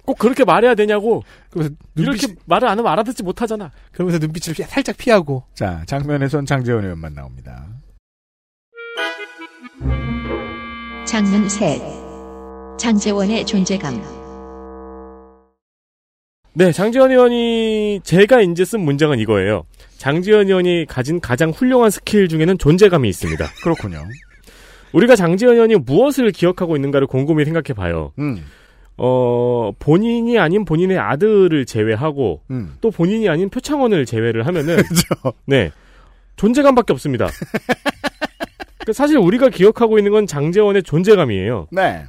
꼭 그렇게 말해야 되냐고.
그러면서 눈빛
이렇게 말을 안 하면 알아듣지 못하잖아.
그러면서 눈빛을 피- 살짝 피하고
자, 장면에선 장재원 의원만 나옵니다.
장면 셋. 장재원의 존재감.
네, 장지현 의원이 제가 이제 쓴 문장은 이거예요. 장지현 의원이 가진 가장 훌륭한 스킬 중에는 존재감이 있습니다.
그렇군요.
우리가 장지현 의원이 무엇을 기억하고 있는가를 곰곰이 생각해 봐요.
음,
어, 본인이 아닌 본인의 아들을 제외하고
음.
또 본인이 아닌 표창원을 제외를 하면은
그죠.
네. 존재감밖에 없습니다. 그 사실 우리가 기억하고 있는 건 장재원의 존재감이에요.
네.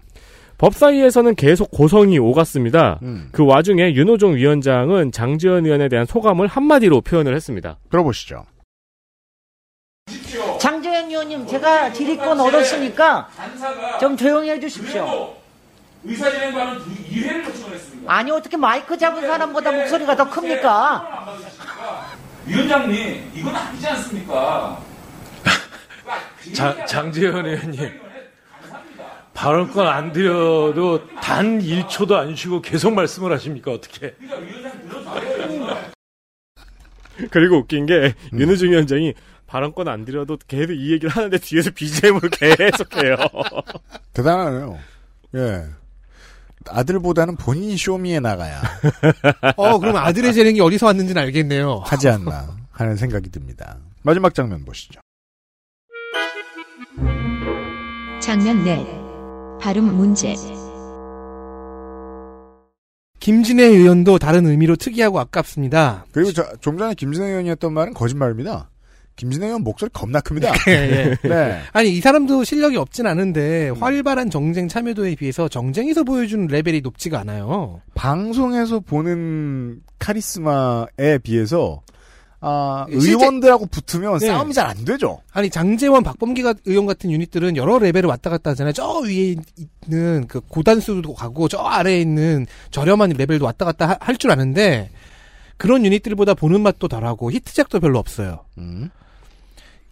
법사위에서는 계속 고성이 오갔습니다.
음.
그 와중에 윤호종 위원장은 장재원 의원에 대한 소감을 한마디로 표현을 했습니다.
들어보시죠.
장재현 의원님, 제가 질의권 얻었으니까 좀 조용히 해주십시오. 아니 어떻게 마이크 잡은 사람보다 목소리가 더 큽니까?
위원장님, 이건 아니지 않습니까?
장, 장재현 의원님. 발언권 안 드려도 단 1초도 안 쉬고 계속 말씀을 하십니까? 어떻게?
그리고 웃긴 게 윤호종 위원장이 발언권 안 드려도 계속 이 얘기를 하는데 뒤에서 BGM으로 계속해요.
대단하네요. 예. 아들보다는 본인이 쇼미에 나가야
어 그럼 아들의 재능이 어디서 왔는지는 알겠네요.
하지 않나 하는 생각이 듭니다. 마지막 장면 보시죠.
장면 넷. 발음 문제.
김진애 의원도 다른 의미로 특이하고 아깝습니다.
그리고 저, 좀 전에 김진애 의원이 했던 말은 거짓말입니다. 김진애 의원 목소리 겁나 큽니다.
예, 예.
네.
아니 이 사람도 실력이 없진 않은데
음.
활발한 정쟁 참여도에 비해서 정쟁에서 보여주는 레벨이 높지가 않아요.
방송에서 보는 카리스마에 비해서 아,
실제-
의원들하고 붙으면
네.
싸움이 잘 안 되죠.
아니 장재원, 박범계 가- 의원 같은 유닛들은 여러 레벨을 왔다 갔다 하잖아요. 저 위에 있는 그 고단수도 가고 저 아래에 있는 저렴한 레벨도 왔다 갔다 할 줄 아는데 그런 유닛들보다 보는 맛도 덜하고 히트작도 별로 없어요.
음.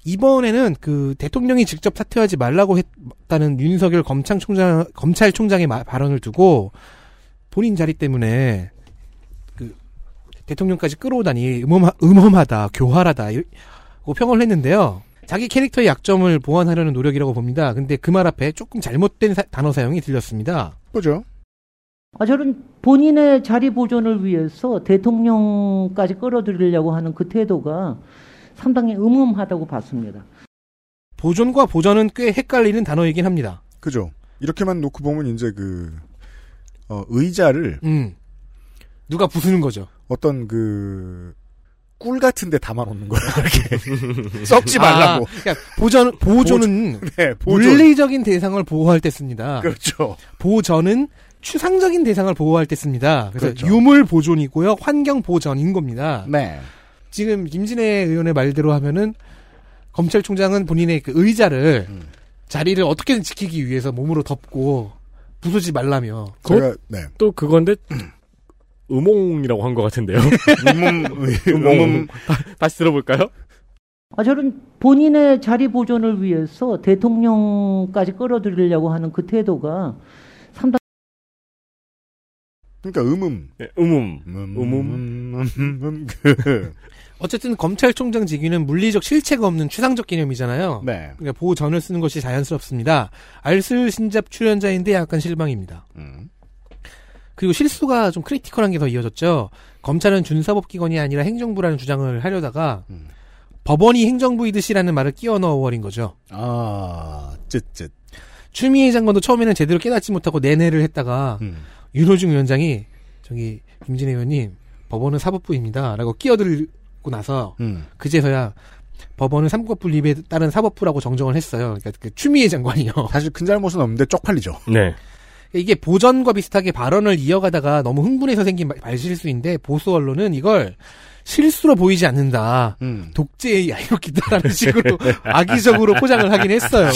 이번에는 그 대통령이 직접 사퇴하지 말라고 했다는 윤석열 검찰총장 검찰총장의 마- 발언을 두고 본인 자리 때문에 그 대통령까지 끌어오다니 음험하, 음험하다 교활하다 고 평을 했는데요. 자기 캐릭터의 약점을 보완하려는 노력이라고 봅니다. 근데 그 말 앞에 조금 잘못된 사- 단어 사용이 들렸습니다.
보죠.
아, 저는 본인의 자리 보존을 위해서 대통령까지 끌어들이려고 하는 그 태도가 상당히 음음하다고 봤습니다.
보존과 보전은 꽤 헷갈리는 단어이긴 합니다.
그죠. 이렇게만 놓고 보면 이제 그 어, 의자를
음. 누가 부수는 거죠.
어떤 그 꿀 같은데 담아놓는 거야. 이렇게 썩지 말라고.
아, 그러니까 보전 보존은
네, 보존.
물리적인 대상을 보호할 때 씁니다.
그렇죠.
보전은 추상적인 대상을 보호할 때 씁니다. 그래서
그렇죠.
유물 보존이고요, 환경 보전인 겁니다.
네.
지금 김진애 의원의 말대로 하면은 검찰총장은 본인의 그 의자를
음.
자리를 어떻게든 지키기 위해서 몸으로 덮고 부수지 말라며.
제가 네.
또 그건데 음옹이라고 한 것 같은데요.
몸
다시 들어볼까요?
아, 저는 본인의 자리 보존을 위해서 대통령까지 끌어들이려고 하는 그 태도가 상당히
그러니까 음음.
네, 음음.
음음. 음음. 그.
어쨌든 검찰총장 직위는 물리적 실체가 없는 추상적 개념이잖아요.
네.
그러니까 보전을 쓰는 것이 자연스럽습니다. 알쓸 신잡 출연자인데 약간 실망입니다.
음.
그리고 실수가 좀 크리티컬한 게 더 이어졌죠. 검찰은 준사법기관이 아니라 행정부라는 주장을 하려다가
음.
법원이 행정부이듯이라는 말을 끼워 넣어버린 거죠.
아, 쯧쯧.
추미애 장관도 처음에는 제대로 깨닫지 못하고 내내를 했다가
음.
윤호중 위원장이 저기 김진애 의원님 법원은 사법부입니다라고 끼어들고 나서
음.
그제서야 법원은 삼국 분립에 따른 사법부라고 정정을 했어요. 그러니까 그 추미애 장관이요.
사실 큰 잘못은 없는데 쪽팔리죠.
네.
이게 보전과 비슷하게 발언을 이어가다가 너무 흥분해서 생긴 말- 말실수인데 보수 언론은 이걸 실수로 보이지 않는다.
음.
독재의 야욕이다라는 식으로 악의적으로 포장을 하긴 했어요.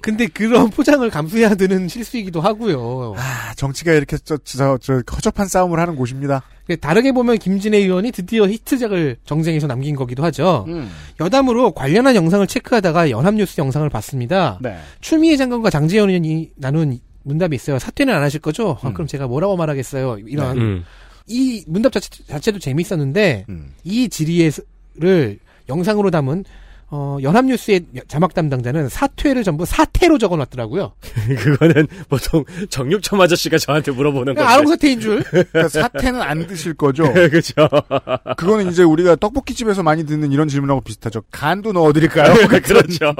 근데 그런 포장을 감수해야 되는 실수이기도 하고요.
아, 정치가 이렇게 저, 저, 저 허접한 싸움을 하는 곳입니다.
그 다르게 보면 김진애 의원이 드디어 히트작을 정쟁에서 남긴 거기도 하죠.
음.
여담으로 관련한 영상을 체크하다가 연합뉴스 영상을 봤습니다.
네.
추미애 장관과 장재현 의원이 나눈 문답이 있어요. 사퇴는 안 하실 거죠?
음.
아, 그럼 제가 뭐라고 말하겠어요? 이런
음.
이 문답 자체, 도 재미있었는데
음.
이 질의를 영상으로 담은 어, 연합뉴스의 자막 담당자는 사퇴를 전부 사퇴로 적어놨더라고요.
그거는 보통 정육점 아저씨가 저한테 물어보는
그냥 아롱
건데.
사퇴인 줄.
그러니까 사태는 안 드실 거죠.
그죠.
그거는 이제 우리가 떡볶이집에서 많이 듣는 이런 질문하고 비슷하죠. 간도 넣어드릴까요?
그렇죠.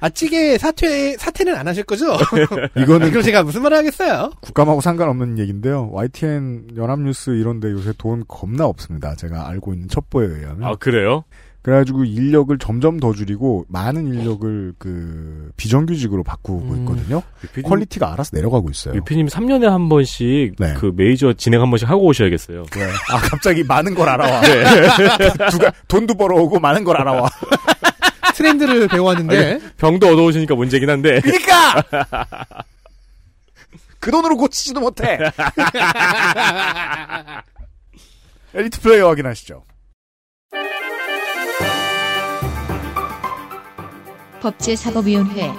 아 찌개 사퇴 사퇴는 안 하실 거죠?
이거는
그럼 제가 무슨 말을 하겠어요?
국감하고 상관없는 얘기인데요. YTN 연합뉴스 이런데 요새 돈 겁나 없습니다. 제가 알고 있는 첩보에 의하면.
아, 그래요?
그래가지고 인력을 점점 더 줄이고 많은 인력을 그 비정규직으로 바꾸고
음.
있거든요.
그 유피님,
퀄리티가 알아서 내려가고 있어요.
유피님 3년에 한 번씩
네.
그 메이저 진행 한 번씩 하고 오셔야겠어요.
네. 아 갑자기 많은 걸 알아와.
네.
누가 돈도 벌어오고 많은 걸 알아와.
트렌드를
아, 예.
배워왔는데
병도 얻어오시니까 문제긴 한데.
그러니까 그 돈으로 고치지도 못해. 엘리트 플레이어 확인하시죠.
법제사법위원회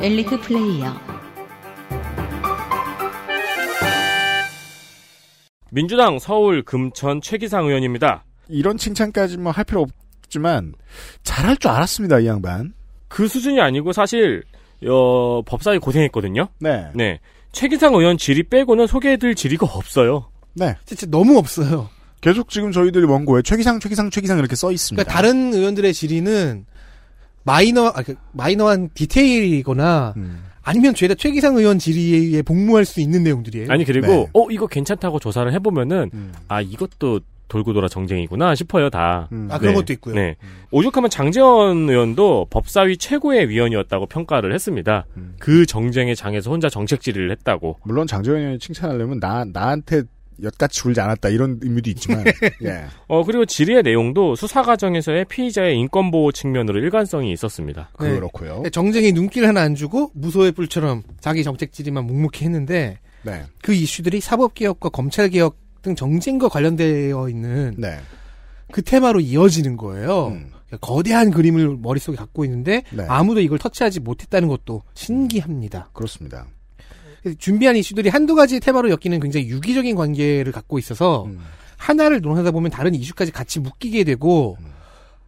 엘리트 플레이어
민주당 서울 금천 최기상 의원입니다.
이런 칭찬까지 뭐 할 필요 없지만 잘할 줄 알았습니다 이 양반.
그 수준이 아니고 사실 어, 법사위 고생했거든요.
네,
네. 최기상 의원 질의 빼고는 소개해드릴 질의가 없어요.
네.
진짜 너무 없어요.
계속 지금 저희들이 원고에 최기상, 최기상, 최기상 이렇게 써 있습니다.
그러니까 다른 의원들의 질의는 마이너 아, 그 마이너한 디테일이거나
음.
아니면 죄다 최기상 의원 질의에 복무할 수 있는 내용들이에요.
아니 그리고
네.
어 이거 괜찮다고 조사를 해보면은
음.
아 이것도 돌고 돌아 정쟁이구나 싶어요 다.
음.
아 그런
네.
것도 있고요.
네. 오죽하면 장재원 의원도 법사위 최고의 위원이었다고 평가를 했습니다.
음.
그 정쟁의 장에서 혼자 정책 질의를 했다고.
물론 장재현 의원이 칭찬하려면 나 나한테 엿같이 울지 않았다 이런 의미도 있지만 예.
어 그리고 질의의 내용도 수사 과정에서의 피의자의 인권 보호 측면으로 일관성이 있었습니다.
네.
그렇고요.
근데 정쟁이 눈길 하나 안 주고 무소의 뿔처럼 자기 정책 질의만 묵묵히 했는데
네,
그 이슈들이 사법 개혁과 검찰 개혁 등 정쟁과 관련되어 있는
네,
그 테마로 이어지는 거예요. 그러니까
음.
거대한 그림을 머릿속에 갖고 있는데
네.
아무도 이걸 터치하지 못했다는 것도 신기합니다.
그렇습니다.
그래서 준비한 이슈들이 한두 가지 테마로 엮이는 굉장히 유기적인 관계를 갖고 있어서
음.
하나를 논하다 보면 다른 이슈까지 같이 묶이게 되고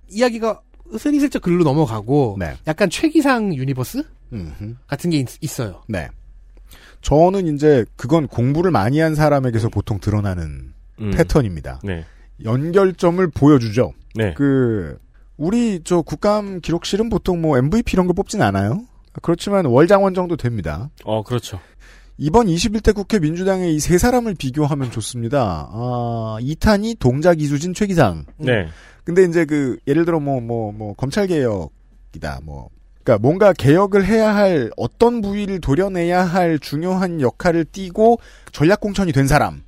이야기가 슬슬쩍 글로 넘어가고
네.
약간 최기상 유니버스
음흠.
같은 게 있, 어요
네. 저는 이제 그건 공부를 많이 한 사람에게서 보통 드러나는
음.
패턴입니다.
네.
연결점을 보여주죠.
네.
그 우리 저 국감 기록실은 보통 뭐 MVP 이런 거 뽑진 않아요. 그렇지만 월장원 정도 됩니다.
어 그렇죠.
이번 21대 국회 민주당의 이 세 사람을 비교하면 좋습니다. 아, 이탄이 동작 이수진 최기상.
네.
근데 이제 그 예를 들어 뭐 뭐 뭐 검찰 개혁이다 뭐 그러니까 뭔가 개혁을 해야 할 어떤 부위를 도려내야 할 중요한 역할을 띠고 전략 공천이 된 사람은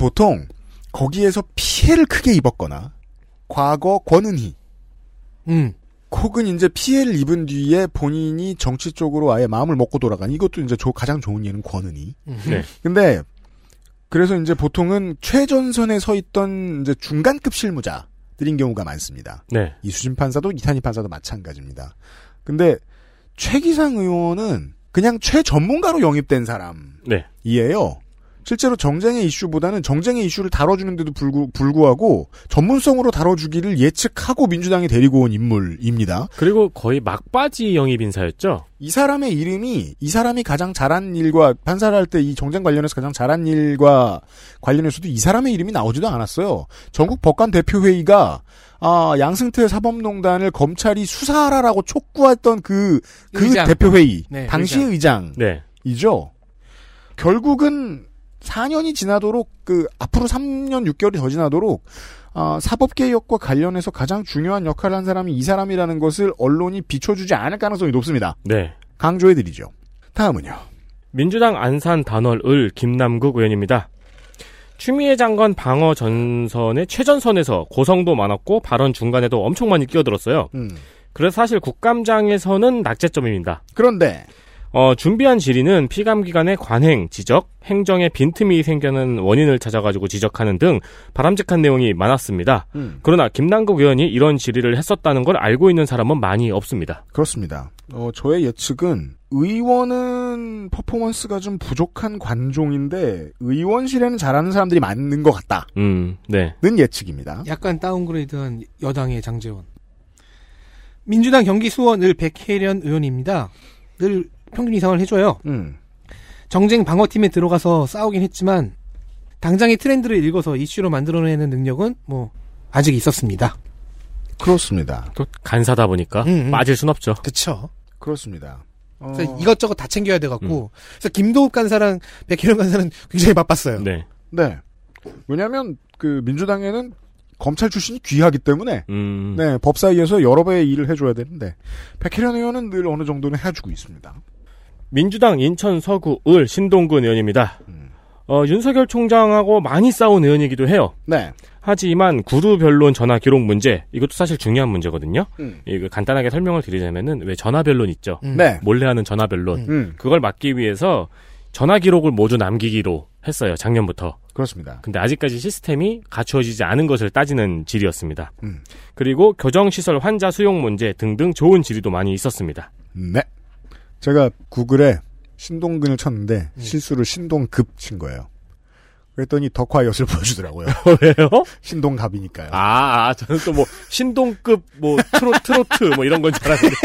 보통 거기에서 피해를 크게 입었거나 과거 권은희
음.
혹은 이제 피해를 입은 뒤에 본인이 정치 쪽으로 아예 마음을 먹고 돌아간 이것도 이제 조- 가장 좋은 예는 권은희.
네.
근데 그래서 이제 보통은 최전선에 서 있던 이제 중간급 실무자들인 경우가 많습니다.
네.
이수진 판사도 이탄희 판사도 마찬가지입니다. 근데 최기상 의원은 그냥 최전문가로 영입된 사람이에요.
네.
실제로 정쟁의 이슈보다는 정쟁의 이슈를 다뤄주는데도 불구, 불구하고 전문성으로 다뤄주기를 예측하고 민주당이 데리고 온 인물입니다.
그리고 거의 막바지 영입 인사였죠.
이 사람의 이름이 이 사람이 가장 잘한 일과 판사를 할 때 이 정쟁 관련해서 가장 잘한 일과 관련해서도 이 사람의 이름이 나오지도 않았어요. 전국 법관 대표회의가 아, 양승태 사법농단을 검찰이 수사하라라고 촉구했던 그, 그
의장.
대표회의.
네,
당시
의장.
의장.
네.
이죠. 결국은 4년이 지나도록 그 앞으로 3년 6개월이 더 지나도록 아, 사법개혁과 관련해서 가장 중요한 역할을 한 사람이 이 사람이라는 것을 언론이 비춰주지 않을 가능성이 높습니다.
네.
강조해드리죠. 다음은요.
민주당 안산 단월을 김남국 의원입니다. 추미애 장관 방어 전선의 최전선에서 고성도 많았고 발언 중간에도 엄청 많이 끼어들었어요.
음.
그래서 사실 국감장에서는 낙제점입니다.
그런데
어, 준비한 질의는 피감기관의 관행, 지적, 행정의 빈틈이 생기는 원인을 찾아가지고 지적하는 등 바람직한 내용이 많았습니다.
음.
그러나 김남국 의원이 이런 질의를 했었다는 걸 알고 있는 사람은 많이 없습니다.
그렇습니다. 어, 저의 예측은 의원은 퍼포먼스가 좀 부족한 관종인데 의원실에는 잘하는 사람들이 많은 것 같다는
음, 네.
예측입니다.
약간 다운그레이드한 여당의 장재원. 민주당 경기 수원을 백혜련 의원입니다. 늘 평균 이상을 해줘요.
음.
정쟁 방어팀에 들어가서 싸우긴 했지만 당장의 트렌드를 읽어서 이슈로 만들어내는 능력은 뭐 아직 있었습니다.
그렇습니다.
또 간사다 보니까
음, 음.
빠질 순 없죠.
그쵸?
그렇습니다. 어,
그래서 이것저것 다 챙겨야 돼갖고 그래서 김도읍 간사랑 백혜련 간사는 굉장히 바빴어요.
네.
네. 왜냐하면 그 민주당에는 검찰 출신이 귀하기 때문에
음.
네 법사위에서 여러 배의 일을 해줘야 되는데 백혜련 의원은 늘 어느 정도는 해주고 있습니다.
민주당 인천 서구 을 신동근 의원입니다. 어, 윤석열 총장하고 많이 싸운 의원이기도 해요.
네.
하지만 구두 변론 전화 기록 문제 이것도 사실 중요한 문제거든요.
음.
이거 그 간단하게 설명을 드리자면은 왜 전화 변론 있죠.
음.
네.
몰래 하는 전화 변론
음.
그걸 막기 위해서 전화 기록을 모두 남기기로 했어요 작년부터.
그렇습니다.
근데 아직까지 시스템이 갖추어지지 않은 것을 따지는 질의였습니다.
음.
그리고 교정시설 환자 수용 문제 등등 좋은 질의도 많이 있었습니다.
네. 제가 구글에 신동근을 쳤는데
음.
실수로 신동급 친 거예요. 그랬더니 덕화엿을 보여주더라고요.
아, 왜요?
신동갑이니까요.
아, 아, 저는 또 뭐 신동급 뭐 트로, 트로트 뭐 이런 건 줄 알았는데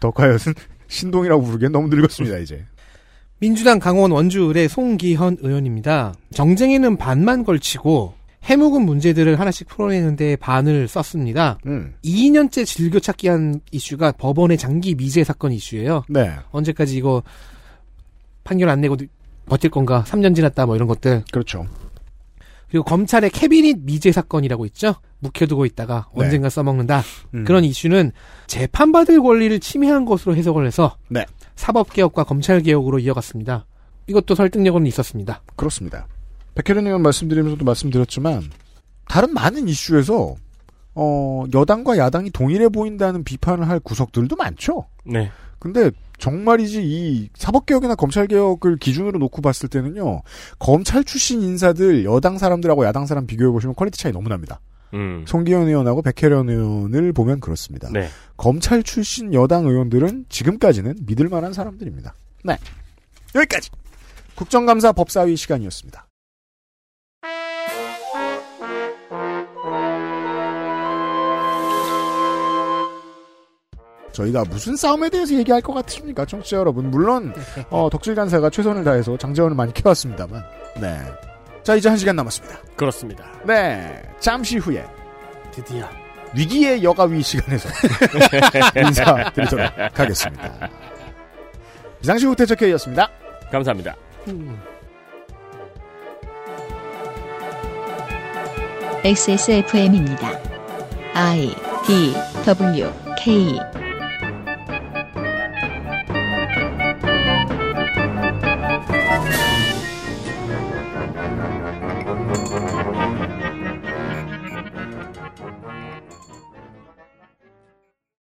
덕화엿은 신동이라고 부르기엔 너무 늙었습니다 이제.
민주당 강원 원주을의 송기현 의원입니다. 정쟁에는 반만 걸치고 해묵은 문제들을 하나씩 풀어내는데 반을 썼습니다.
음.
2년째 즐겨찾기한 이슈가 법원의 장기 미제 사건 이슈예요.
네.
언제까지 이거 판결 안 내고 버틸 건가? 3년 지났다 뭐 이런 것들.
그렇죠.
그리고 검찰의 캐비닛 미제 사건이라고 있죠. 묵혀두고 있다가
네.
언젠가 써먹는다.
음.
그런 이슈는 재판받을 권리를 침해한 것으로 해석을 해서
네.
사법개혁과 검찰개혁으로 이어갔습니다. 이것도 설득력은 있었습니다.
그렇습니다. 백혜련 의원 말씀드리면서도 말씀드렸지만 다른 많은 이슈에서 어, 여당과 야당이 동일해 보인다는 비판을 할 구석들도 많죠.
네.
근데 정말이지 이 사법개혁이나 검찰개혁을 기준으로 놓고 봤을 때는요 검찰 출신 인사들 여당 사람들하고 야당 사람 비교해 보시면 퀄리티 차이 너무 납니다.
음.
송기현 의원하고 백혜련 의원을 보면 그렇습니다.
네.
검찰 출신 여당 의원들은 지금까지는 믿을 만한 사람들입니다. 네. 여기까지. 국정감사 법사위 시간이었습니다. 저희가 무슨 싸움에 대해서 얘기할 것 같으십니까, 청취자 여러분? 물론 어, 덕질 간사가 최선을 다해서 장재원을 많이 키웠습니다만, 네. 자 이제 한 시간 남았습니다.
그렇습니다.
네, 잠시 후에
드디어.
위기의 여가위 시간에서 인사드리도록 하겠습니다. 비상시 후퇴적회의였습니다.
감사합니다.
XSFM입니다. I D W K